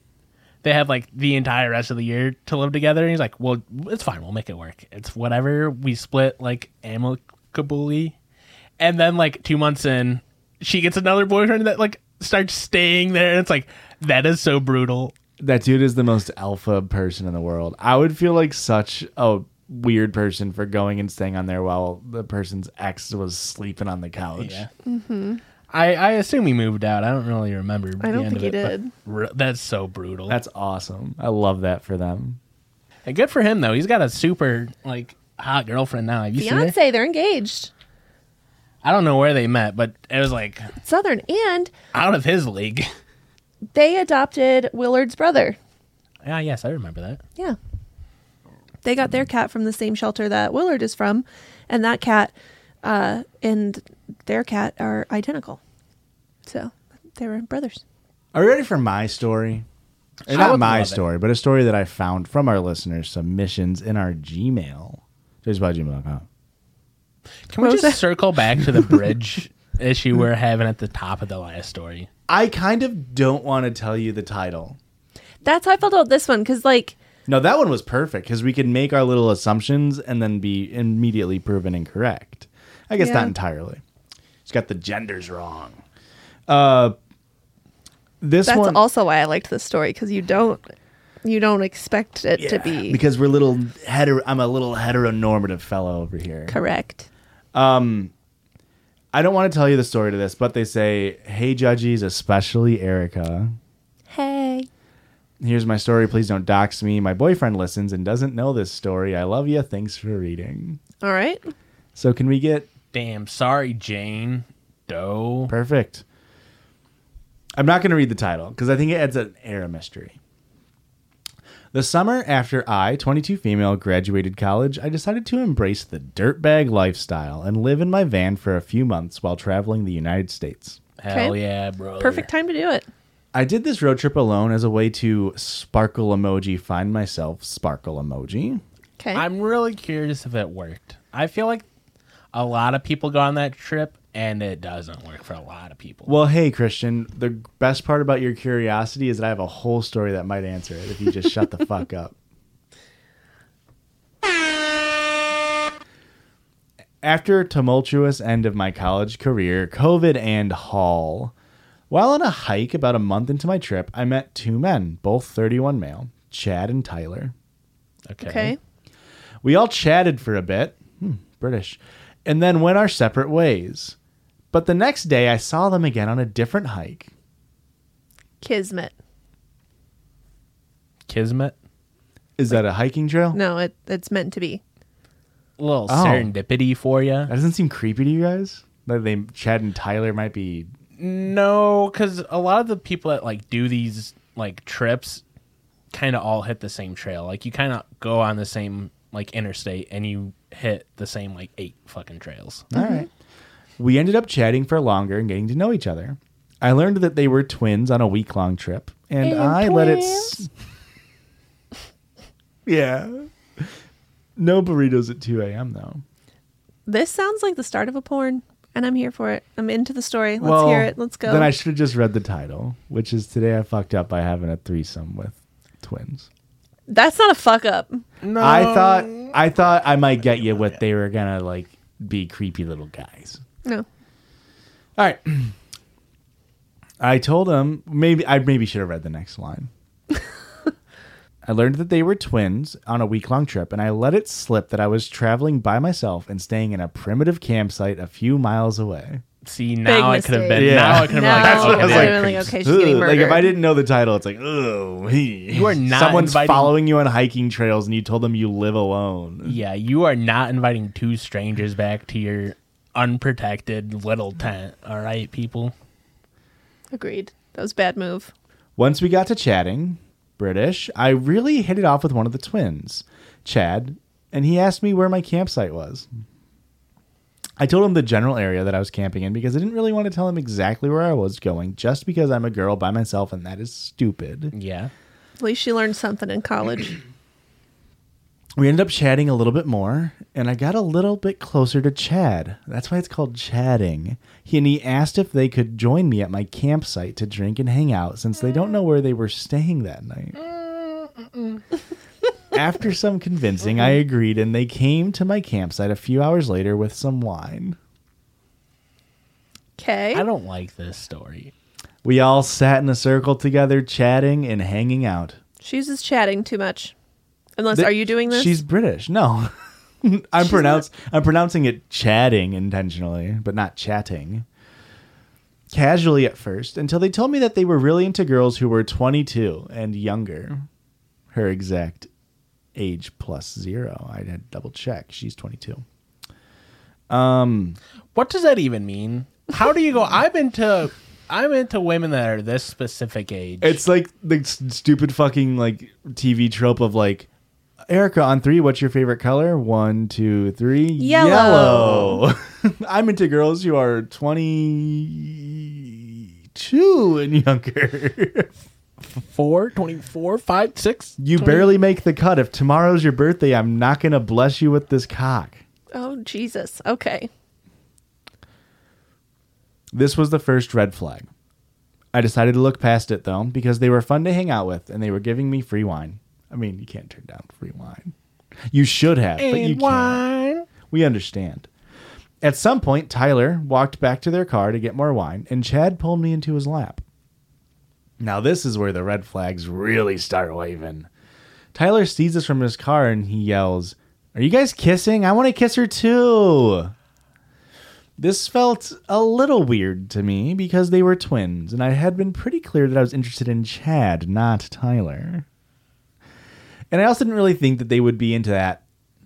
C: they had like the entire rest of the year to live together. And he's like, "Well, it's fine. We'll make it work. It's whatever. We split like amicably." And then like two months in, she gets another boyfriend that like starts staying there, and it's like that is so brutal.
A: That dude is the most alpha person in the world. I would feel like such a weird person for going and staying on there while the person's ex was sleeping on the couch.
C: Yeah. I, I assume he moved out. I don't really remember.
B: I don't think
C: the end of
B: he
C: it, but
B: did.
C: re- that's so brutal.
A: That's awesome. I love that for them.
C: And good for him though. He's got a super like hot girlfriend now. Have you seen her?
B: Beyonce, they're engaged.
C: I don't know where they met, but it was like
B: Southern. And
C: out of his league.
B: they adopted Willard's brother.
C: Ah, yes, I remember that.
B: Yeah. They got their cat from the same shelter that Willard is from, and that cat uh, and their cat are identical. So they were brothers.
A: Are you ready for my story? Or
C: I
A: not
C: would
A: my
C: love it.
A: story, but a story that I found from our listeners' submissions in our Gmail. Just by gmail.com.
C: Can we
B: What was
C: just
B: that?
C: circle back to the bridge issue we we're having at the top of the last story?
A: I kind of don't want to tell you the title.
B: That's how I felt about this one because, like,
A: No, that one was perfect because we could make our little assumptions and then be immediately proven incorrect. I guess
B: Yeah.
A: not entirely. It's got the genders wrong. Uh, this
B: that's
A: one
B: also why I liked this story because you don't you don't expect it to be
A: because we're little hetero. I'm a little heteronormative fellow over here.
B: correct.
A: I don't want to tell you the story to this, but they say, "Hey, judges, especially Erica."
B: Hey,
A: Here's my story. Please don't dox me. My boyfriend listens and doesn't know this story. I love you. Thanks for reading.
B: all right.
A: So, can we get
C: Damn, sorry, Jane Doe.
A: Perfect. I'm not going to read the title because I think it adds an air of mystery. The summer after I, 22 female, graduated college, I decided to embrace the dirtbag lifestyle and live in my van for a few months while traveling the United States.
C: Hell
B: Okay.
C: yeah, bro.
B: Perfect time to do it.
A: I did this road trip alone as a way to sparkle emoji, find myself sparkle emoji.
B: Okay.
C: I'm really curious if it worked. I feel like a lot of people go on that trip and it doesn't work for a lot of people.
A: Well, hey, Christian, the best part about your curiosity is that I have a whole story that might answer it if you just shut the fuck up. After a tumultuous end of my college career, COVID and Hall, while on a hike about a month into my trip, I met two men, both 31 male, Chad and Tyler.
C: okay.
B: okay.
A: We all chatted for a bit, hmm, British, and then went our separate ways. But the next day, I saw them again on a different hike.
B: Kismet.
C: Kismet.
A: Is that a hiking trail?
B: No, it it's meant to be.
C: A little
A: Oh.
C: serendipity for you.
A: That doesn't seem creepy to you guys. That they Chad and Tyler might be.
C: No, because a lot of the people that like do these like trips kind of all hit the same trail. Like you kind of go on the same like interstate and you hit the same like eight fucking trails.
B: Mm-hmm.
A: All right. We ended up chatting for longer and getting to know each other. I learned that they were twins on a week long trip, and,
B: And
A: I let it. S- yeah. No burritos at 2 a.m. though.
B: This sounds like the start of a porn. and I'm here for it. I'm into the story. Let's
A: Well,
B: hear it. Let's go.
A: Then I should have just read the title, which is Today I Fucked Up by Having a Threesome with Twins.
B: That's not a fuck up.
C: No,
A: I thought I thought I might get you what they were gonna like be creepy little guys.
B: No.
A: All right. I told him maybe I maybe should have read the next line. I learned that they were twins on a week long trip, and I let it slip that I was traveling by myself and staying in a primitive campsite a few miles away.
C: see now it could have been.
A: mistake.
C: Now
A: Yeah.
C: it
B: No,
C: could have been. Like,
A: That's what I was
C: okay,
A: like.
B: literally,
C: creeps.
B: okay, she's getting
A: Ugh,
B: murdered.
A: Like if I didn't know the title, it's like, oh, you
C: are not
A: Someone's
C: inviting-
A: following you on hiking trails, and you told them you live alone.
C: Yeah, you are not inviting two strangers back to your unprotected little tent. All right, people.
B: Agreed. That was a bad move.
A: Once we got to chatting, British, I really hit it off with one of the twins, Chad, and he asked me where my campsite was. I told him the general area that I was camping in because I didn't really want to tell him exactly where I was going just because I'm a girl by myself and that is stupid.
C: Yeah.
B: At least she learned something in college.
A: We ended up chatting a little bit more and I got a little bit closer to Chad. That's why it's called chatting. He and he asked if they could join me at my campsite to drink and hang out since they don't know where they were staying that night. After some convincing, I agreed, and they came to my campsite a few hours later with some wine.
B: Okay.
C: I don't like this story.
A: We all sat in a circle together, chatting and hanging out.
B: She's just chatting too much. Unless,
A: Th-
B: are you doing this?
A: She's British. No, I'm pronounce I'm pronouncing it chatting intentionally, but not chatting. Casually at first, until they told me that they were really into girls who were 22 and younger. Her exact age plus zero. I had to double check. She's 22.
C: What does that even mean? How do you go? I'm into. I'm into women that are this specific age.
A: It's like the s- stupid fucking like TV trope of like Erica on three. What's your favorite color? One, two, three.
B: Yellow.
A: yellow. I'm into girls who are twenty-two and younger.
C: four, 24, five, six.
A: you barely make the cut. If tomorrow's your birthday, I'm not gonna bless you with this cock.
B: oh, Jesus. Okay.
A: This was the first red flag. I decided to look past it though because they were fun to hang out with and they were giving me free wine. I mean, you can't turn down free wine. You should have, but you
C: And
A: can't.
C: wine.
A: We understand. At some point, Tyler walked back to their car to get more wine, and Chad pulled me into his lap. Now, this is where the red flags really start waving. Tyler sees us from his car and he yells, Are you guys kissing? I want to kiss her too. This felt a little weird to me because they were twins, and I had been pretty clear that I was interested in Chad, not Tyler. And I also didn't really think that they would be into that.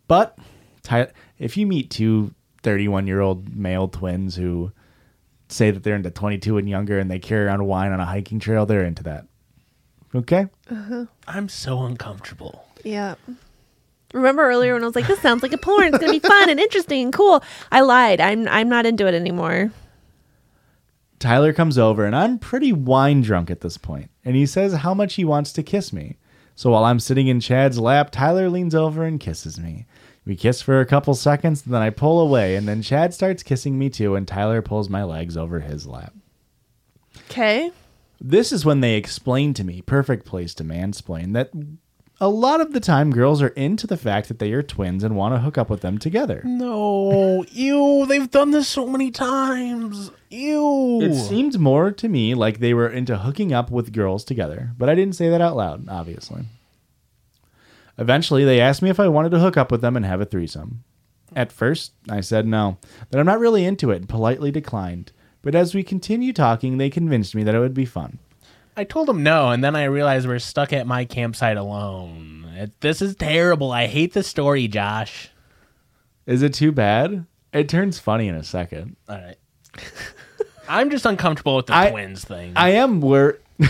A: But Ty- if you meet two 31 year old male twins who say that they're into 22 and younger and they carry around wine on a hiking trail, they're into that. Okay?
C: I'm so uncomfortable.
B: Yeah. Remember earlier when I was like, "This sounds like a porn. It's gonna be fun and interesting and cool." I lied. I'm I'm not into it anymore.
A: Tyler comes over, and I'm pretty wine drunk at this point, and he says how much he wants to kiss me. So while I'm sitting in Chad's lap, Tyler leans over and kisses me. We kiss for a couple seconds, and then I pull away, and then Chad starts kissing me too, and Tyler pulls my legs over his lap.
B: Okay.
A: This is when they explain to me, perfect place to mansplain, that a lot of the time girls are into the fact that they are twins and want to hook up with them together.
C: No, ew. They've done this so many times. Ew.
A: It seemed more to me like they were into hooking up with girls together, but I didn't say that out loud, obviously. Eventually, they asked me if I wanted to hook up with them and have a threesome. At first, I said no, that I'm not really into it and politely declined. But as we continued talking, they convinced me that it would be fun.
C: I told him no, and then I realized we're stuck at my campsite alone. It- this is terrible. I hate the story, Josh.
A: Is it too bad? It turns funny in a second.
C: All right. I'm just uncomfortable with the
A: I-
C: twins thing.
A: I am where.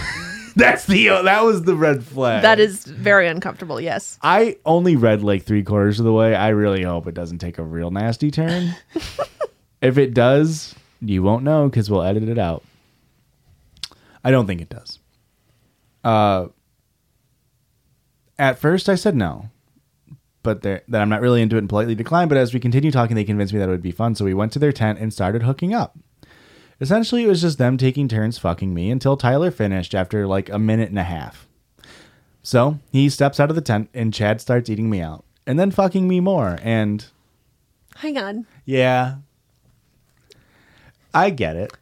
A: That's the that was the red flag.
B: That is very uncomfortable. Yes.
A: I only read like three quarters of the way. I really hope it doesn't take a real nasty turn. if it does, you won't know because we'll edit it out. I don't think it does. Uh, at first, I said no, but they're- that I'm not really into it and politely declined. But as we continued talking, they convinced me that it would be fun. So we went to their tent and started hooking up. Essentially, it was just them taking turns fucking me until Tyler finished after like a minute and a half. So he steps out of the tent and Chad starts eating me out and then fucking me more. And
B: Hang on.
A: yeah, I get it.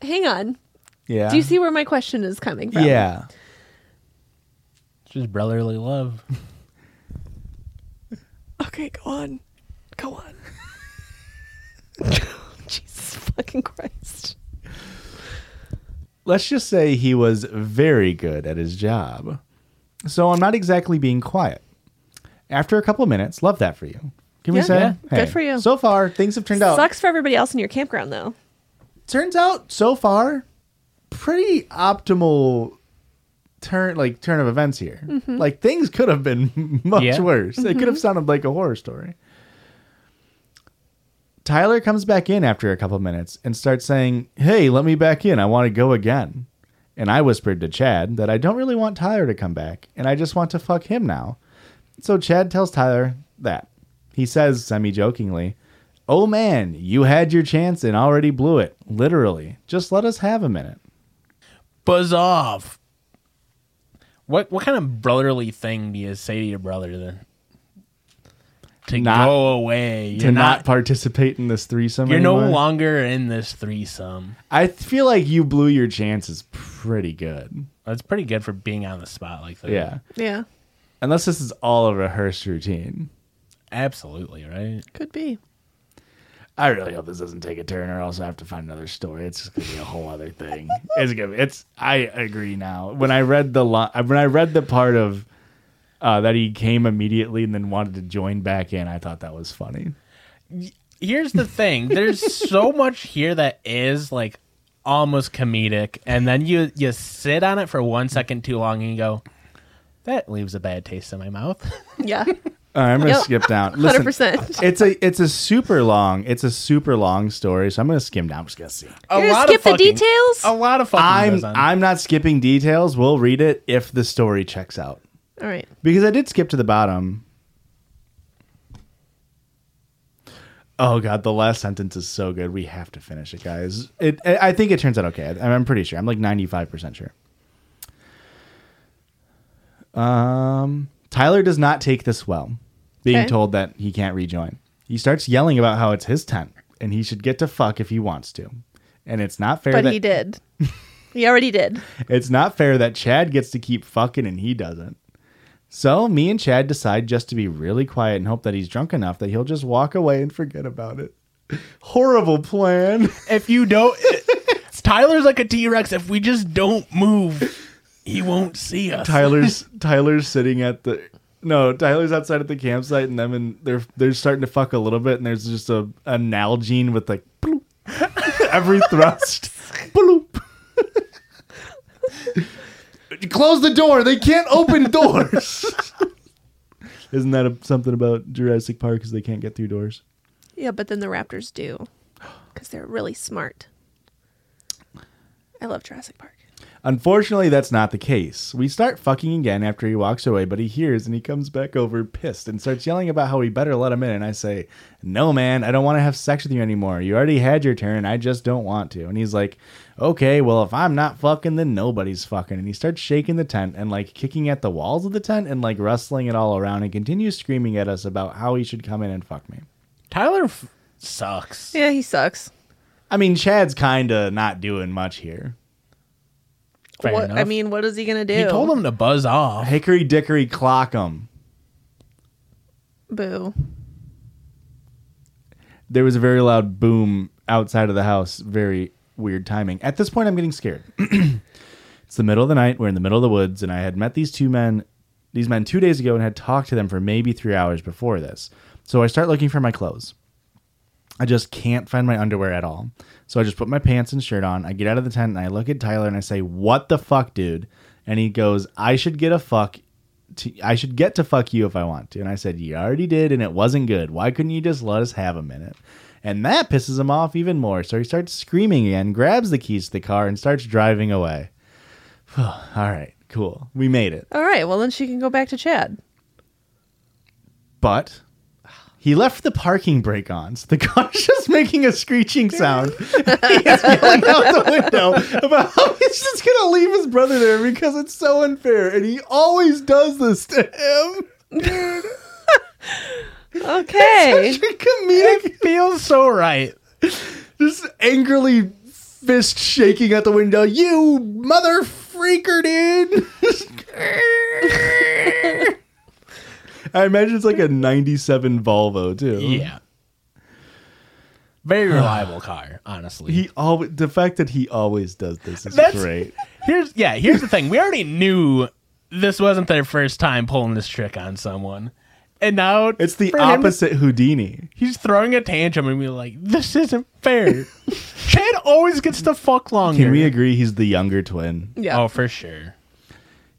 B: Hang on.
A: Yeah.
B: Do you see where my question is coming from?
A: Yeah.
C: It's just brotherly love.
B: Okay, go on. Go on. Jesus fucking Christ.
A: Let's just say he was very good at his job. So I'm not exactly being quiet. After a couple of minutes, love that for you. Can we
B: Yeah.
A: say
B: Yeah. Good for you.
A: So far, things have turned out.
B: Sucks for everybody else in your campground though.
A: Turns out, so far, pretty optimal turn like turn of events here. Like things could have been much
C: Yeah.
A: worse. It could have sounded like a horror story. Tyler comes back in after a couple minutes and starts saying, "Hey, let me back in. I want to go again." And I whispered to Chad that I don't really want Tyler to come back, and I just want to fuck him now. So Chad tells Tyler that. He says semi jokingly, Oh man, you had your chance and already blew it. Literally. Just let us have a minute.
C: Buzz off. What what kind of brotherly thing do you say to your brother then? To
A: Not-
C: go away. You're
A: to not,
C: not.
A: participate in this threesome.
C: you're no
A: anymore?
C: longer in this threesome.
A: I th- feel like you blew your chances pretty good.
C: That's pretty good for being on the spot like that.
A: Yeah.
B: Yeah.
A: Unless this is all a rehearsed routine.
C: Absolutely, right?
B: Could be.
A: I really hope this doesn't take a turn, or else I have to find another story. It's just gonna be a whole other thing. It's gonna. Be, it's. I agree now. When I read the lo- when I read the part of uh, that he came immediately and then wanted to join back in, I thought that was funny.
C: Here's the thing. There's so much here that is like almost comedic, and then you you sit on it for one second too long and you go, That leaves a bad taste in my mouth.
B: Yeah.
A: All right, I'm gonna
B: Yep.
A: skip down. Listen,
B: Hundred percent.
A: it's a it's a super long it's a super long story, so I'm gonna skim down. I'm just gonna see.
C: a
B: You're gonna skip the details?
C: A lot of fucking
A: I'm
C: goes on.
A: I'm not skipping details. We'll read it if the story checks out.
B: All right.
A: Because I did skip to the bottom. Oh god, the last sentence is so good. We have to finish it, guys. It I I think it turns out okay. I'm I'm pretty sure. I'm like 95% sure. Um Tyler does not take this well, being
B: Okay.
A: told that he can't rejoin. He starts yelling about how it's his tent and he should get to fuck if he wants to. And it's not fair
B: But
A: that
B: he did. he already did.
A: it's not fair that Chad gets to keep fucking and he doesn't. So me and Chad decide just to be really quiet and hope that he's drunk enough that he'll just walk away and forget about it. Horrible plan.
C: if you don't Tyler's like a T Rex. If we just don't move, he won't see us.
A: Tyler's Tyler's sitting at the no, Tyler's outside at the campsite and them and they're they're starting to fuck a little bit and there's just a, a Nalgene with like bloop. every thrust. bloop. Close the door. They can't open doors. Isn't that a, something about Jurassic Park? Because they can't get through doors.
B: Yeah, but then the Raptors do. Because they're really smart. I love Jurassic Park.
A: Unfortunately, that's not the case. We start fucking again after he walks away, but he hears and he comes back over pissed and starts yelling about how we better let him in. And I say, No, man, I don't want to have sex with you anymore. You already had your turn. I just don't want to. And he's like, Okay, well, if I'm not fucking, then nobody's fucking. And he starts shaking the tent and like kicking at the walls of the tent and like rustling it all around and continues screaming at us about how he should come in and fuck me.
C: Tyler f- sucks.
B: Yeah, he sucks.
A: I mean, Chad's kind of not doing much here.
C: Fair
B: what, I
C: enough.
B: mean, what is he gonna do?
C: He told him to buzz off.
A: Hickory dickory clock him.
B: Boo.
A: there was a very loud boom outside of the house. Very weird timing. At this point, I'm getting scared. it's the middle of the night. We're in the middle of the woods, and I had met these two men, these men two days ago, and had talked to them for maybe three hours before this. So I start looking for my clothes. I just can't find my underwear at all. So I just put my pants and shirt on. I get out of the tent and I look at Tyler and I say, "What the fuck, dude?" And he goes, "I should get a fuck. To, I should get to fuck you if I want to." And I said, "You already did, and it wasn't good. Why couldn't you just let us have a minute?" And that pisses him off even more. So he starts screaming again, grabs the keys to the car, and starts driving away. all right, cool. We made it.
B: All right, well then she can go back to Chad.
A: But he left the parking brake on, so the car's just making a screeching sound. He's yelling out the window about how he's just gonna leave his brother there because it's so unfair, and he always does this to him.
B: Okay.
A: Such a comedic,
C: Feels so right.
A: just angrily fist shaking at the window. You mother freaker, dude! I imagine it's like a '97 Volvo too.
C: Yeah. Very reliable car, honestly.
A: He always the fact that he always does this is
C: That's-
A: great.
C: Here's yeah, here's the thing. We already knew this wasn't their first time pulling this trick on someone. And now
A: It's the
C: for him to-
A: opposite Houdini.
C: he's throwing a tantrum and we're like, this isn't fair. Chad always gets the fuck longer.
A: Can we agree he's the younger twin?
B: Yeah.
C: Oh, for sure.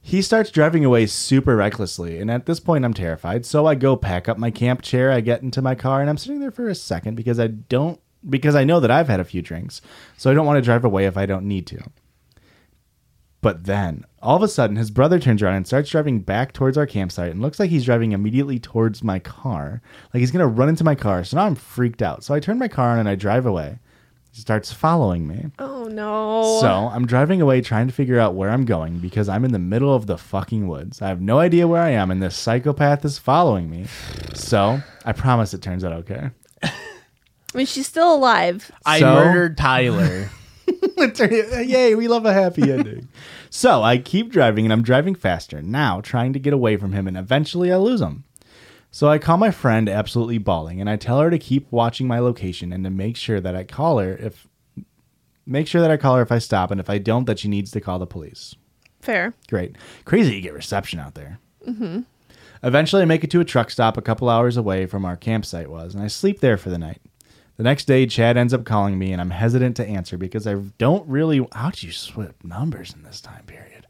A: He starts driving away super recklessly, and at this point I'm terrified. So I go pack up my camp chair, I get into my car, and I'm sitting there for a second because I don't because I know that I've had a few drinks. So I don't want to drive away if I don't need to. But then, all of a sudden, his brother turns around and starts driving back towards our campsite and looks like he's driving immediately towards my car. Like he's going to run into my car. So now I'm freaked out. So I turn my car on and I drive away. He starts following me.
B: Oh no.
A: So I'm driving away trying to figure out where I'm going because I'm in the middle of the fucking woods. I have no idea where I am, and this psychopath is following me. So I promise it turns out okay.
B: I mean, she's still alive.
C: I
A: So?
C: murdered Tyler.
A: It turned- Yay, we love a happy ending. so I keep driving and I'm driving faster now, trying to get away from him, and eventually I lose him. So I call my friend, absolutely bawling, and I tell her to keep watching my location and to make sure that I call her if make sure that I call her if I stop, and if I don't, that she needs to call the police.
B: Fair.
A: Great. Crazy you get reception out there. Mm-hmm. Eventually, I make it to a truck stop a couple hours away from our campsite was, and I sleep there for the night. The next day, Chad ends up calling me, and I'm hesitant to answer because I don't really. How'd you switch numbers in this time period?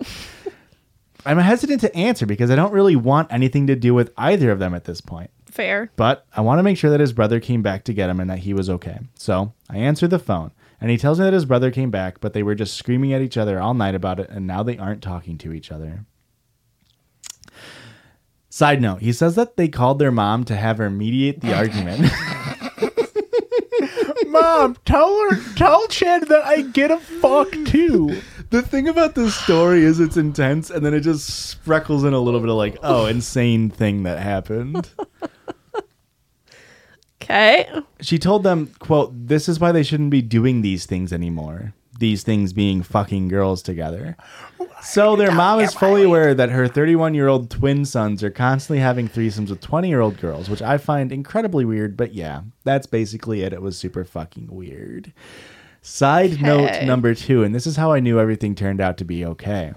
A: I'm hesitant to answer because I don't really want anything to do with either of them at this point
B: Fair.
A: but I want to make sure that his brother came back to get him and that he was okay. So I answer the phone, and he tells me that his brother came back, but they were just screaming at each other all night about it, and now they aren't talking to each other. Side note, he says that they called their mom to have her mediate the argument.
C: Mom, tell her tell Chad that I get a fuck too.
A: the thing about this story is it's intense, and then it just spreckles in a little bit of like, oh, insane thing that happened.
B: Okay.
A: she told them, quote, this is why they shouldn't be doing these things anymore. These things being fucking girls together. So their mom is fully aware that her 31 year old twin sons are constantly having threesomes with 20 year old girls, which I find incredibly weird. But yeah, that's basically it. It was super fucking weird. Side note
B: Okay.
A: number two, and this is how I knew everything turned out to be okay.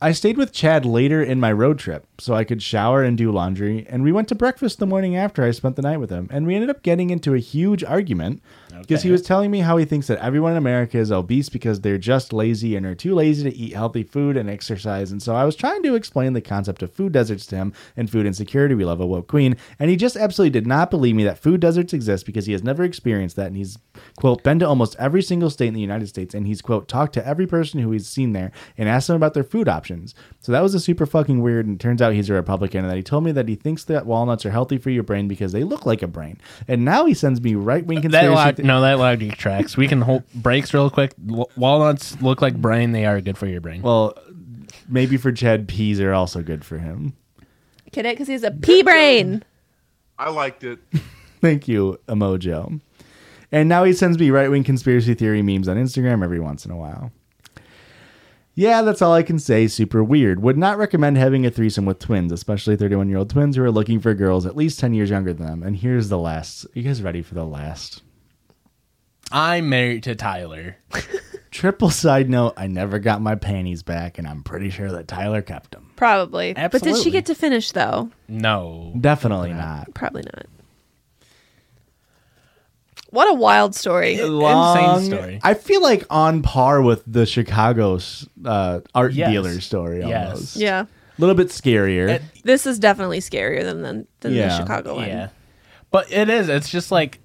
A: I stayed with Chad later in my road trip so I could shower and do laundry, and we went to breakfast the morning after I spent the night with him, and we ended up getting into a huge argument because he was telling me how he thinks that everyone in America is obese because they're just lazy and are too lazy to eat healthy food and exercise. And so I was trying to explain the concept of food deserts to him and food insecurity. We love a woke queen, and he just absolutely did not believe me that food deserts exist because he has never experienced that, and he's quote been to almost every single state in the United States, and he's quote talked to every person who he's seen there and asked them about their food options. So that was a super fucking weird. And it turns out he's a Republican, and that he told me that he thinks that walnuts are healthy for your brain because they look like a brain. And now he sends me right wing
C: That
A: conspiracy.
C: log-
A: thi-
C: no, that logic tracks. We can hold breaks real quick. Wa- walnuts look like brain. They are good for your brain.
A: Well, maybe for Chad, peas are also good for him.
B: Get it? Because he has a pea brain.
D: I liked it.
A: Thank you, Emojo. And now he sends me right wing conspiracy theory memes on Instagram every once in a while. Yeah, that's all I can say. Super weird. Would not recommend having a threesome with twins, especially 31 year old twins who are looking for girls at least 10 years younger than them. And here's the last. you guys ready for the last?
C: I'm married to Tyler.
A: Triple side note I never got my panties back, and I'm pretty sure that Tyler kept them.
B: Probably. But did
C: Absolutely.
B: she get to finish though?
C: No.
A: Definitely not.
B: Probably not. What a wild story.
A: Long-
C: story.
A: I feel like on par with the Chicago's uh, art
C: Yes.
A: dealer story
C: Yes.
A: almost.
B: Yeah.
A: A little bit scarier.
C: It-
B: This is definitely scarier than than, than
A: Yeah.
B: the Chicago one.
C: Yeah. But it is. It's just like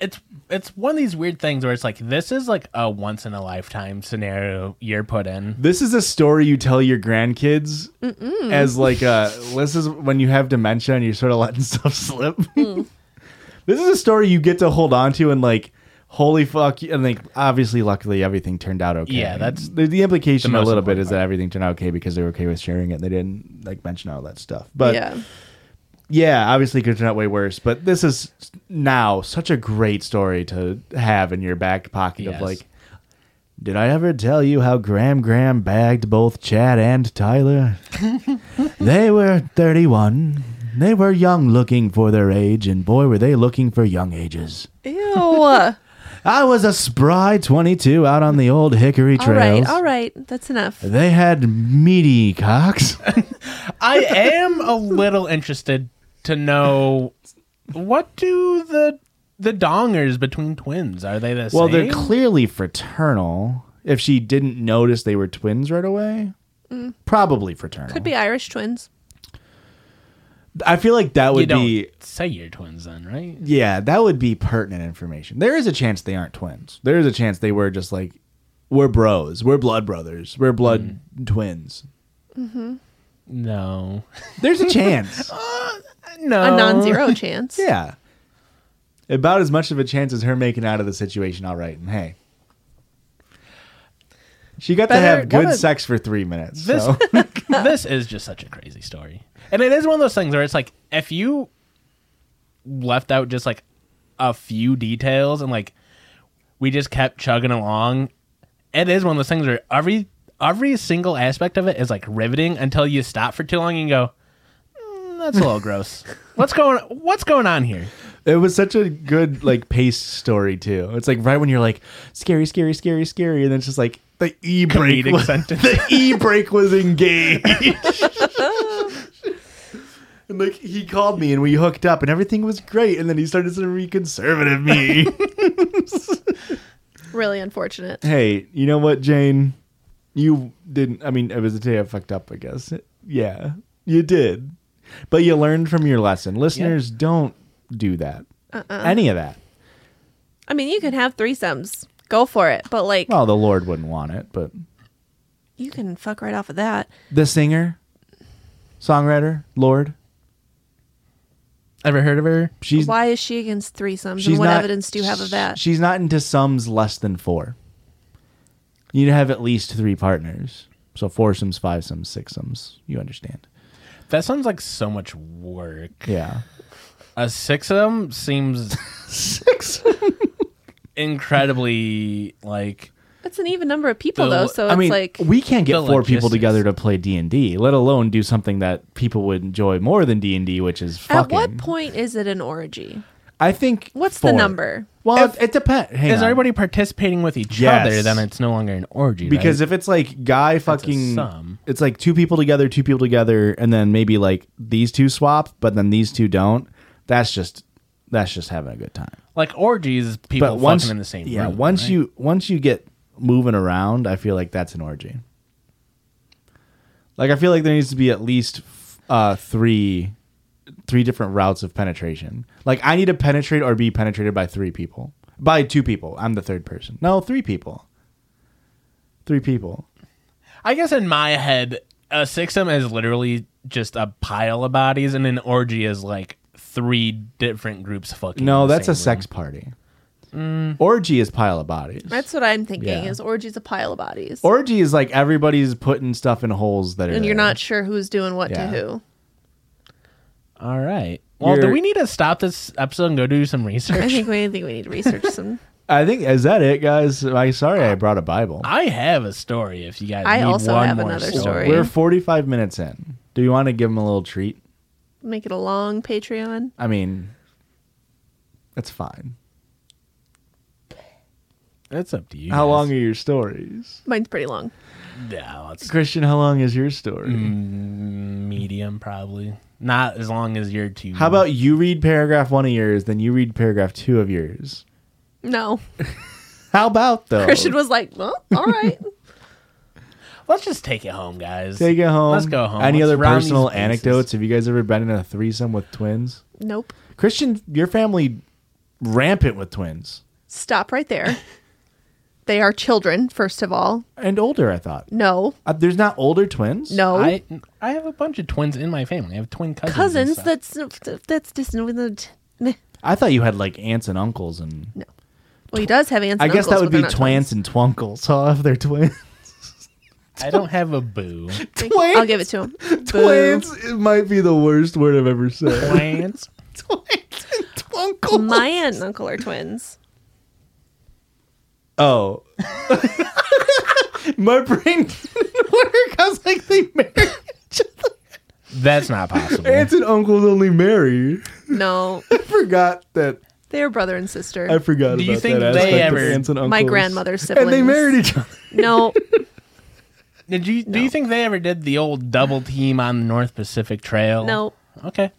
C: it's it's one of these weird things where it's like this is like a once in a lifetime scenario you're put in.
A: This is a story you tell your grandkids as like a this is when you have dementia and you're sort of letting stuff slip.
B: Mm.
A: this is a story you get to hold on to and like holy fuck and like obviously luckily everything turned out okay.
C: Yeah, that's
A: the, the implication
C: the
A: a
C: most
A: little bit
C: important
A: is that everything turned out okay because they were okay with sharing it. and They didn't like mention all that stuff. But
B: yeah.
A: yeah, obviously it could turn out way worse, but this is now such a great story to have in your back pocket
C: Yes.
A: of like, did I ever tell you how Graham Graham bagged both Chad and Tyler? they were 31. They were young looking for their age, and boy, were they looking for young ages.
B: Ew. all
A: I was a spry 22 out on the old Hickory
B: right.
A: Trails.
B: All right. That's enough.
A: They had meaty cocks.
C: I am a little interested to know what do the the dongers between twins are they the
A: Well,
C: same?
A: they're clearly fraternal. If she didn't notice they were twins right away, probably fraternal.
B: Could be Irish twins.
A: I feel like that
C: you
A: would
C: don't
A: be
C: say you're twins then, right?
A: yeah, that would be pertinent information. There is a chance they aren't twins. There is a chance they were just like we're bros, we're blood brothers, we're blood twins.
C: No,
A: There's a chance.
C: no,
B: A non-zero chance.
A: Oh. yeah. About as much of a chance as her making out of the situation all right. And hey. She got
C: Better-
A: to have good
C: what a-
A: sex for 3 minutes.
C: This
A: so.
C: this is just such a crazy story, and it is one of those things where it's like if you left out just like a few details and like we just kept chugging along, it is one of those things where every every single aspect of it is like riveting until you stop for too long and go, "Mm, that's a little gross. What's going What's going on here?
A: It was such a good like pace story too. It's like right when you're like scary, scary, scary, scary, and then it's just like the e brake
C: Comedic
A: was
C: sentence.
A: the e brake was engaged. and like he called me and we hooked up and everything was great, and then he started to reconservative me.
B: Really unfortunate.
A: hey, you know what, Jane? You didn't. I mean, it was the day I fucked up. I guess. Yeah, you did, but you learned from your lesson. Listeners, don't do that. Any of that.
B: I mean, you can have threesomes. Go for it. But like,
A: Well, the Lord wouldn't want it, but
B: you can fuck right off of that.
A: the singer, songwriter, Lord.
C: Ever heard of her?
A: She's
B: Why is she against threesomes?
A: she's
B: And what
A: not-
B: evidence do you have of that?
A: She's not into sums less than four. You need to have at least three partners. So foursomes, fivesomes, sixsomes. You understand?
C: That sounds like so much work.
A: Yeah.
C: A six of them seems
A: Six.
C: incredibly like
B: It's an even number of people
C: The-
B: though, so
A: I
B: it's
A: mean,
B: like
A: we can't get
C: the
A: four people
C: logistics.
A: together to play D and D, let alone do something that people would enjoy more than D and D, which is
B: at
A: fucking.
B: what point is it an orgy?
A: I think.
B: What's the
A: four.
B: number?
A: Well, it, it depends. Hang
C: is
A: on.
C: everybody participating with each
A: Yes.
C: other, then it's no longer an orgy.
A: Because
C: right?
A: if it's like guy fucking,
C: sum.
A: it's like two people together, two people together, and then maybe like these two swap, but then these two don't. That's just that's just having a good time.
C: like orgies, people
A: But
C: fucking
A: once
C: in the same
A: yeah,
C: room,
A: once
C: right?
A: you once you get moving around, I feel like that's an orgy. Like I feel like there needs to be at least f- uh, three three different routes of penetration. Like I need to penetrate or be penetrated by three people, by two people. I'm the third person. No, three people. Three people.
C: I guess in my head, a sixum is literally just a pile of bodies, and an orgy is like three different groups fucking.
A: No,
C: in the
A: that's a
C: same
A: sex party. Orgy is pile of bodies.
B: Mm. That's what I'm thinking.
A: Yeah.
B: Is orgy's a pile of bodies,
A: Orgy is like everybody's putting stuff in holes that are.
B: and you're
A: there.
B: not sure who's doing what
A: Yeah.
B: to who.
C: room. All right. Well, do
A: You're-
C: we need to stop this episode and go do some
B: I
C: research?
B: think we I think we need to research some.
A: I think is that it, guys. I sorry I brought a Bible.
C: I have a story. If you guys,
B: I
C: need
B: also
C: one
B: have
C: more
B: another
C: story.
B: story.
A: We're 45 minutes in. Do you want to give them a little treat?
B: Make it a long Patreon.
A: I mean, that's fine.
C: That's up to you.
A: How
C: guys.
A: long are your stories,
B: Mine's pretty long.
C: No, it's
A: Christian? How long is your story?
C: Mm. medium probably. Not as long as your two.
A: How about you read paragraph one of yours, then you read paragraph two of yours?
B: No,
A: How about though?
B: Christian was like, "Well, all right."
C: Let's just take it home, guys.
A: Take it home.
C: Let's go home.
A: Any
C: Let's
A: other
C: round these
A: personal
C: bases.
A: anecdotes? Have you guys ever been in a threesome with twins?
B: nope.
A: Christian, your family rampant with twins
B: Stop right there. they are children, first of all.
A: and older. I thought
B: No,
A: uh, there's not older twins.
B: no.
C: I I have a bunch of twins in my family. I have twin cousins. and
B: Cousins,
C: stuff.
B: that's that's just Well,
A: I thought you had like aunts and uncles and.
B: he does have aunts.
A: I
B: and
A: guess that
B: uncles,
A: would
B: but they're
A: be
B: not
A: twants and twinkles, huh? If they're twins.
C: I don't have a boo.
B: twins. I'll give it to him. Boo.
A: Twins it might be the worst word I've ever said.
C: Twins.
A: twins and twinkles.
B: My aunt and uncle are twins.
A: Oh. My brain didn't work. I was like, they marry each other.
C: That's not possible.
A: Aunts and uncles only marry.
B: No,
A: I forgot that.
B: they're brother and sister.
A: I forgot
C: Do you
A: about
C: think
A: that
C: they
A: aspect of
C: ever-
A: aunts and uncles.
B: My grandmother's siblings.
A: And they married each other.
B: No,
C: Did you do you think they ever did the old double team on the North Pacific Trail?
B: no,
C: Okay.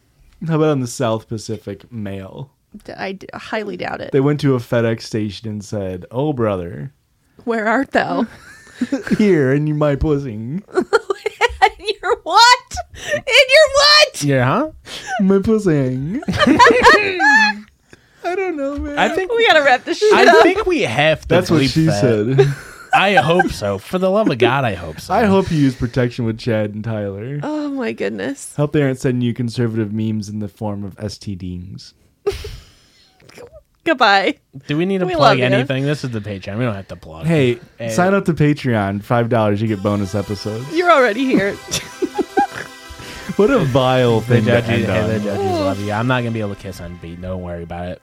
A: How about on the South Pacific Mail?
B: d- I d- highly doubt it.
A: They went to a FedEx station and said, "Oh, brother,
B: Where art thou?
A: here and you my pussy,
B: In your what? In your what?
C: Yeah, huh?
A: my pussy." I don't know, man.
C: I think
B: We gotta wrap this shit up.
C: I think we have to.
A: That's what
C: bleep
A: she
C: that.
A: said.
C: I hope so. For the love of God, I hope so.
A: I hope you use protection with Chad and Tyler.
B: Oh my goodness.
A: Hope they aren't sending you conservative memes in the form of STDs.
B: Goodbye.
C: Do we need to
B: We love
C: plug
B: you.
C: anything? This is the Patreon. We don't have to plug.
A: Hey,
C: Hey.
A: sign up to Patreon. Five dollars, you get bonus episodes.
B: You're already here.
A: What a vile
C: the
A: thing to
C: judges,
A: end
C: hey, the
A: on.
C: judges love you. I'm not gonna be able to kiss on beat. Don't worry about it.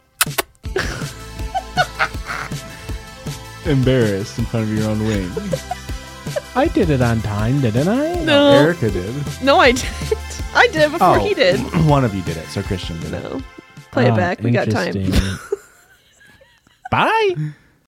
A: Embarrassed in front of your own wing.
C: I did it on time, didn't I?
B: No.
A: Erica did.
B: No, I didn't. I did before
A: Oh,
B: he did.
A: One of you did it.
C: Ah,
A: So Christian did it.
B: No. Play it back. We got time.
C: Bye.